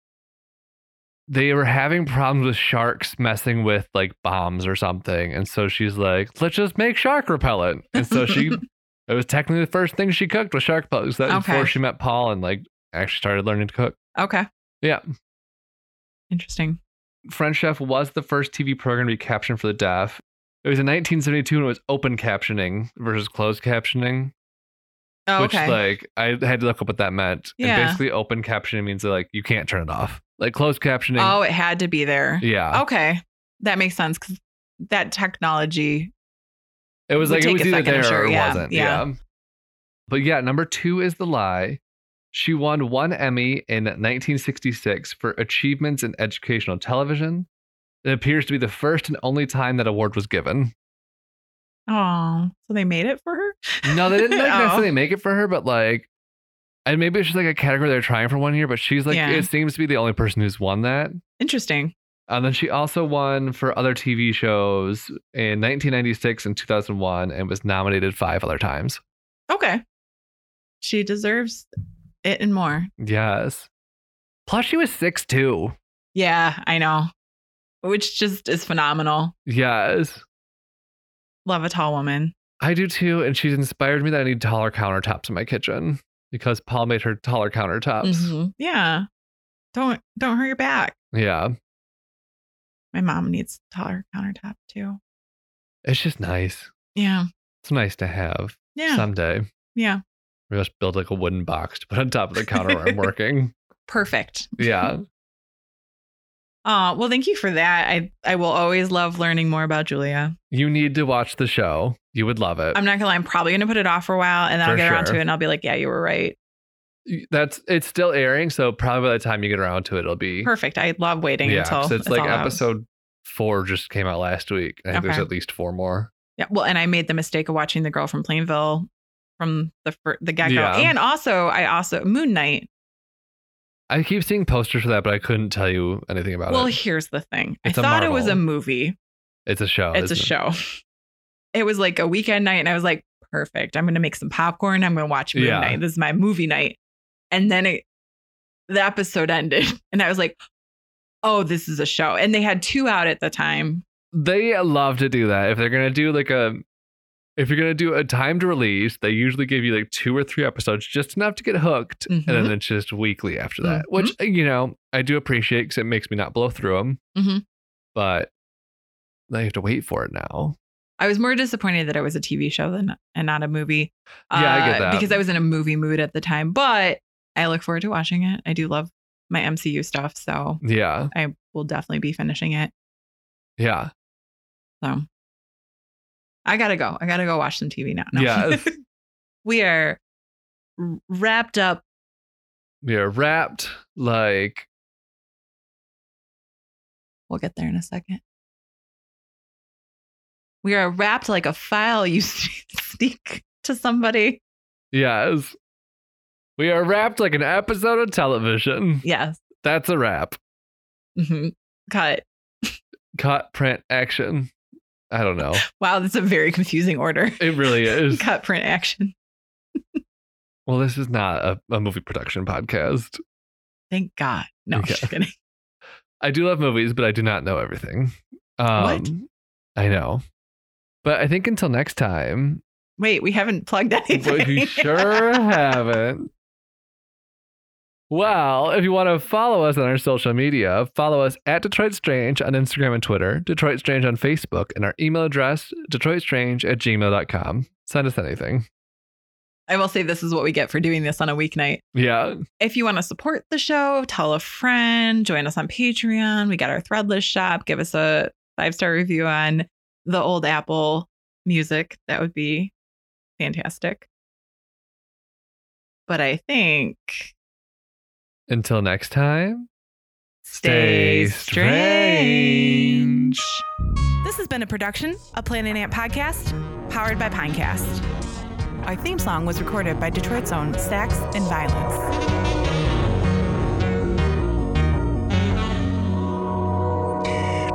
[SPEAKER 2] they were having problems with sharks messing with like bombs or something, and so she's like, "Let's just make shark repellent," and so she. It was technically the first thing she cooked was shark repellent. 'cause That was
[SPEAKER 3] Okay.
[SPEAKER 2] before she met Paul and like actually started learning to cook.
[SPEAKER 3] Okay.
[SPEAKER 2] Yeah.
[SPEAKER 3] Interesting.
[SPEAKER 2] French Chef was the first TV program to be captioned for the deaf. It was in 1972 and it was open captioning versus closed captioning,
[SPEAKER 3] Oh,
[SPEAKER 2] which
[SPEAKER 3] okay.
[SPEAKER 2] like I had to look up what that meant. And
[SPEAKER 3] Yeah.
[SPEAKER 2] basically, open captioning means that like you can't turn it off. Like closed captioning,
[SPEAKER 3] oh, it had to be there.
[SPEAKER 2] yeah,
[SPEAKER 3] Okay. That makes sense because that technology.
[SPEAKER 2] it was
[SPEAKER 3] would
[SPEAKER 2] like it
[SPEAKER 3] Oh, take
[SPEAKER 2] was
[SPEAKER 3] a
[SPEAKER 2] either
[SPEAKER 3] second,
[SPEAKER 2] there
[SPEAKER 3] I'm sure.
[SPEAKER 2] or it
[SPEAKER 3] Yeah,
[SPEAKER 2] wasn't.
[SPEAKER 3] yeah.
[SPEAKER 2] But yeah, number two is the lie. She won one Emmy in 1966 for achievements in educational television. It appears to be the first and only time that award was given.
[SPEAKER 3] Oh, so they made it for her?
[SPEAKER 2] No, they didn't like,
[SPEAKER 3] Oh.
[SPEAKER 2] necessarily make it for her, but like, and maybe it's just like a category they're trying for one year, but she's like,
[SPEAKER 3] Yeah.
[SPEAKER 2] it seems to be the only person who's won that.
[SPEAKER 3] Interesting.
[SPEAKER 2] And then she also won for other TV shows in 1996 and 2001 and was nominated five other times.
[SPEAKER 3] Okay. She deserves it and more.
[SPEAKER 2] Yes. Plus, she was six two.
[SPEAKER 3] Yeah, I know. Which just is phenomenal.
[SPEAKER 2] Yes.
[SPEAKER 3] Love a tall woman.
[SPEAKER 2] I do too. And she's inspired me that I need taller countertops in my kitchen because Paul made her taller countertops.
[SPEAKER 3] Mhm. Yeah. Don't don't hurt your back.
[SPEAKER 2] Yeah.
[SPEAKER 3] My mom needs taller countertop too.
[SPEAKER 2] It's just nice.
[SPEAKER 3] Yeah.
[SPEAKER 2] It's nice to have
[SPEAKER 3] Yeah.
[SPEAKER 2] someday.
[SPEAKER 3] yeah.
[SPEAKER 2] We must build like a wooden box to put on top of the counter where I'm working.
[SPEAKER 3] Perfect.
[SPEAKER 2] Yeah.
[SPEAKER 3] Uh, well, thank you for that. I I will always love learning more about Julia.
[SPEAKER 2] You need to watch the show. You would love it.
[SPEAKER 3] I'm not gonna lie, I'm probably gonna put it off for a while and then
[SPEAKER 2] For
[SPEAKER 3] I'll get around
[SPEAKER 2] sure.
[SPEAKER 3] to it and I'll be like, yeah, you were right.
[SPEAKER 2] That's it's still airing, so probably by the time you get around to it, it'll be
[SPEAKER 3] Perfect. I love waiting
[SPEAKER 2] Yeah,
[SPEAKER 3] until
[SPEAKER 2] 'cause it's like
[SPEAKER 3] all out.
[SPEAKER 2] episode four just came out last week. I think there's
[SPEAKER 3] Okay.
[SPEAKER 2] at least four more.
[SPEAKER 3] Yeah. Well, and I made the mistake of watching the girl from Plainville from the fir- the get go,
[SPEAKER 2] Yeah.
[SPEAKER 3] and also I also Moon Knight.
[SPEAKER 2] I keep seeing posters for that, but I couldn't tell you anything about
[SPEAKER 3] Well,
[SPEAKER 2] it.
[SPEAKER 3] here's the thing.
[SPEAKER 2] It's
[SPEAKER 3] I
[SPEAKER 2] a
[SPEAKER 3] thought it was a
[SPEAKER 2] Marvel.
[SPEAKER 3] movie.
[SPEAKER 2] It's a show.
[SPEAKER 3] it's a
[SPEAKER 2] isn't it?
[SPEAKER 3] show. It was like a weekend night, and I was like, perfect. I'm gonna make some popcorn. I'm gonna watch Moon
[SPEAKER 2] Yeah.
[SPEAKER 3] Knight. This is my movie night. And then it the episode ended, and I was like, oh, this is a show. And they had two out at the time.
[SPEAKER 2] They love to do that. If they're gonna do like a if you're gonna do a timed release, they usually give you like two or three episodes, just enough to get hooked,
[SPEAKER 3] Mhm.
[SPEAKER 2] and then it's just weekly after that, which you know I do appreciate because it makes me not blow through them.
[SPEAKER 3] Mhm.
[SPEAKER 2] But now you have to wait for it now.
[SPEAKER 3] I was more disappointed that it was a TV show than and not a movie. uh,
[SPEAKER 2] Yeah, I get that.
[SPEAKER 3] Because I was in a movie mood at the time, but I look forward to watching it. I do love my MCU stuff, so
[SPEAKER 2] Yeah,
[SPEAKER 3] I will definitely be finishing it.
[SPEAKER 2] yeah,
[SPEAKER 3] So I gotta go. I gotta go watch some TV now. No.
[SPEAKER 2] yeah.
[SPEAKER 3] we are r- wrapped up.
[SPEAKER 2] we are wrapped like
[SPEAKER 3] We'll get there in a second. We are wrapped like a file you sneak to somebody.
[SPEAKER 2] yes. We are wrapped like an episode of television.
[SPEAKER 3] Yes.
[SPEAKER 2] That's a wrap.
[SPEAKER 3] hmm Cut.
[SPEAKER 2] Cut, print, action. I don't know.
[SPEAKER 3] Wow, that's a very confusing order.
[SPEAKER 2] It really is.
[SPEAKER 3] Cut print action.
[SPEAKER 2] Well, this is not a, a movie production podcast.
[SPEAKER 3] Thank God. No, I'm just kidding.
[SPEAKER 2] I do love movies, but I do not know everything. Um,
[SPEAKER 3] What?
[SPEAKER 2] I know. But I think until next time,
[SPEAKER 3] Wait, we haven't plugged anything.
[SPEAKER 2] but we sure haven't. Well, if you want to follow us on our social media, follow us at Detroit Strange on Instagram and Twitter, Detroit Strange on Facebook, and our email address, detroitstrange at gmail.com. Send us anything.
[SPEAKER 3] I will say this is what we get for doing this on a weeknight.
[SPEAKER 2] Yeah.
[SPEAKER 3] If you want to support the show, tell a friend, join us on Patreon. We got our Threadless shop. Give us a five star review on the old Apple music. That would be fantastic. But I think
[SPEAKER 2] Until next time. Stay strange.
[SPEAKER 4] This has been a production of Planet Ant Podcast, powered by Pinecast. Our theme song was recorded by Detroit's own Stacks and Violence.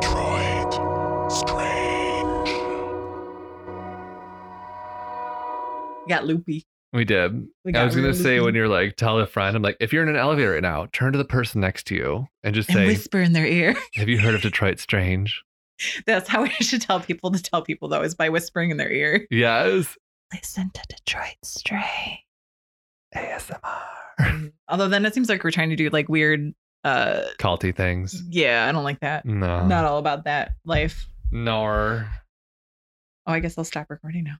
[SPEAKER 1] Detroit Strange.
[SPEAKER 3] Got loopy.
[SPEAKER 2] We did.
[SPEAKER 3] We
[SPEAKER 2] I
[SPEAKER 3] got
[SPEAKER 2] was going to
[SPEAKER 3] real
[SPEAKER 2] say
[SPEAKER 3] loopy.
[SPEAKER 2] when you're like, tell a friend, I'm like, if you're in an elevator right now, turn to the person next to you and just
[SPEAKER 3] and
[SPEAKER 2] say,
[SPEAKER 3] whisper in their ear.
[SPEAKER 2] have you heard of Detroit Strange?
[SPEAKER 3] That's how we should tell people to tell people though, is by whispering in their ear.
[SPEAKER 2] Yes.
[SPEAKER 3] Listen to Detroit Stray.
[SPEAKER 2] ASMR.
[SPEAKER 3] Although then it seems like we're trying to do like weird uh
[SPEAKER 2] Culty things.
[SPEAKER 3] yeah, I don't like that.
[SPEAKER 2] No.
[SPEAKER 3] Not all about that life.
[SPEAKER 2] Nor.
[SPEAKER 3] Oh, I guess I'll stop recording now.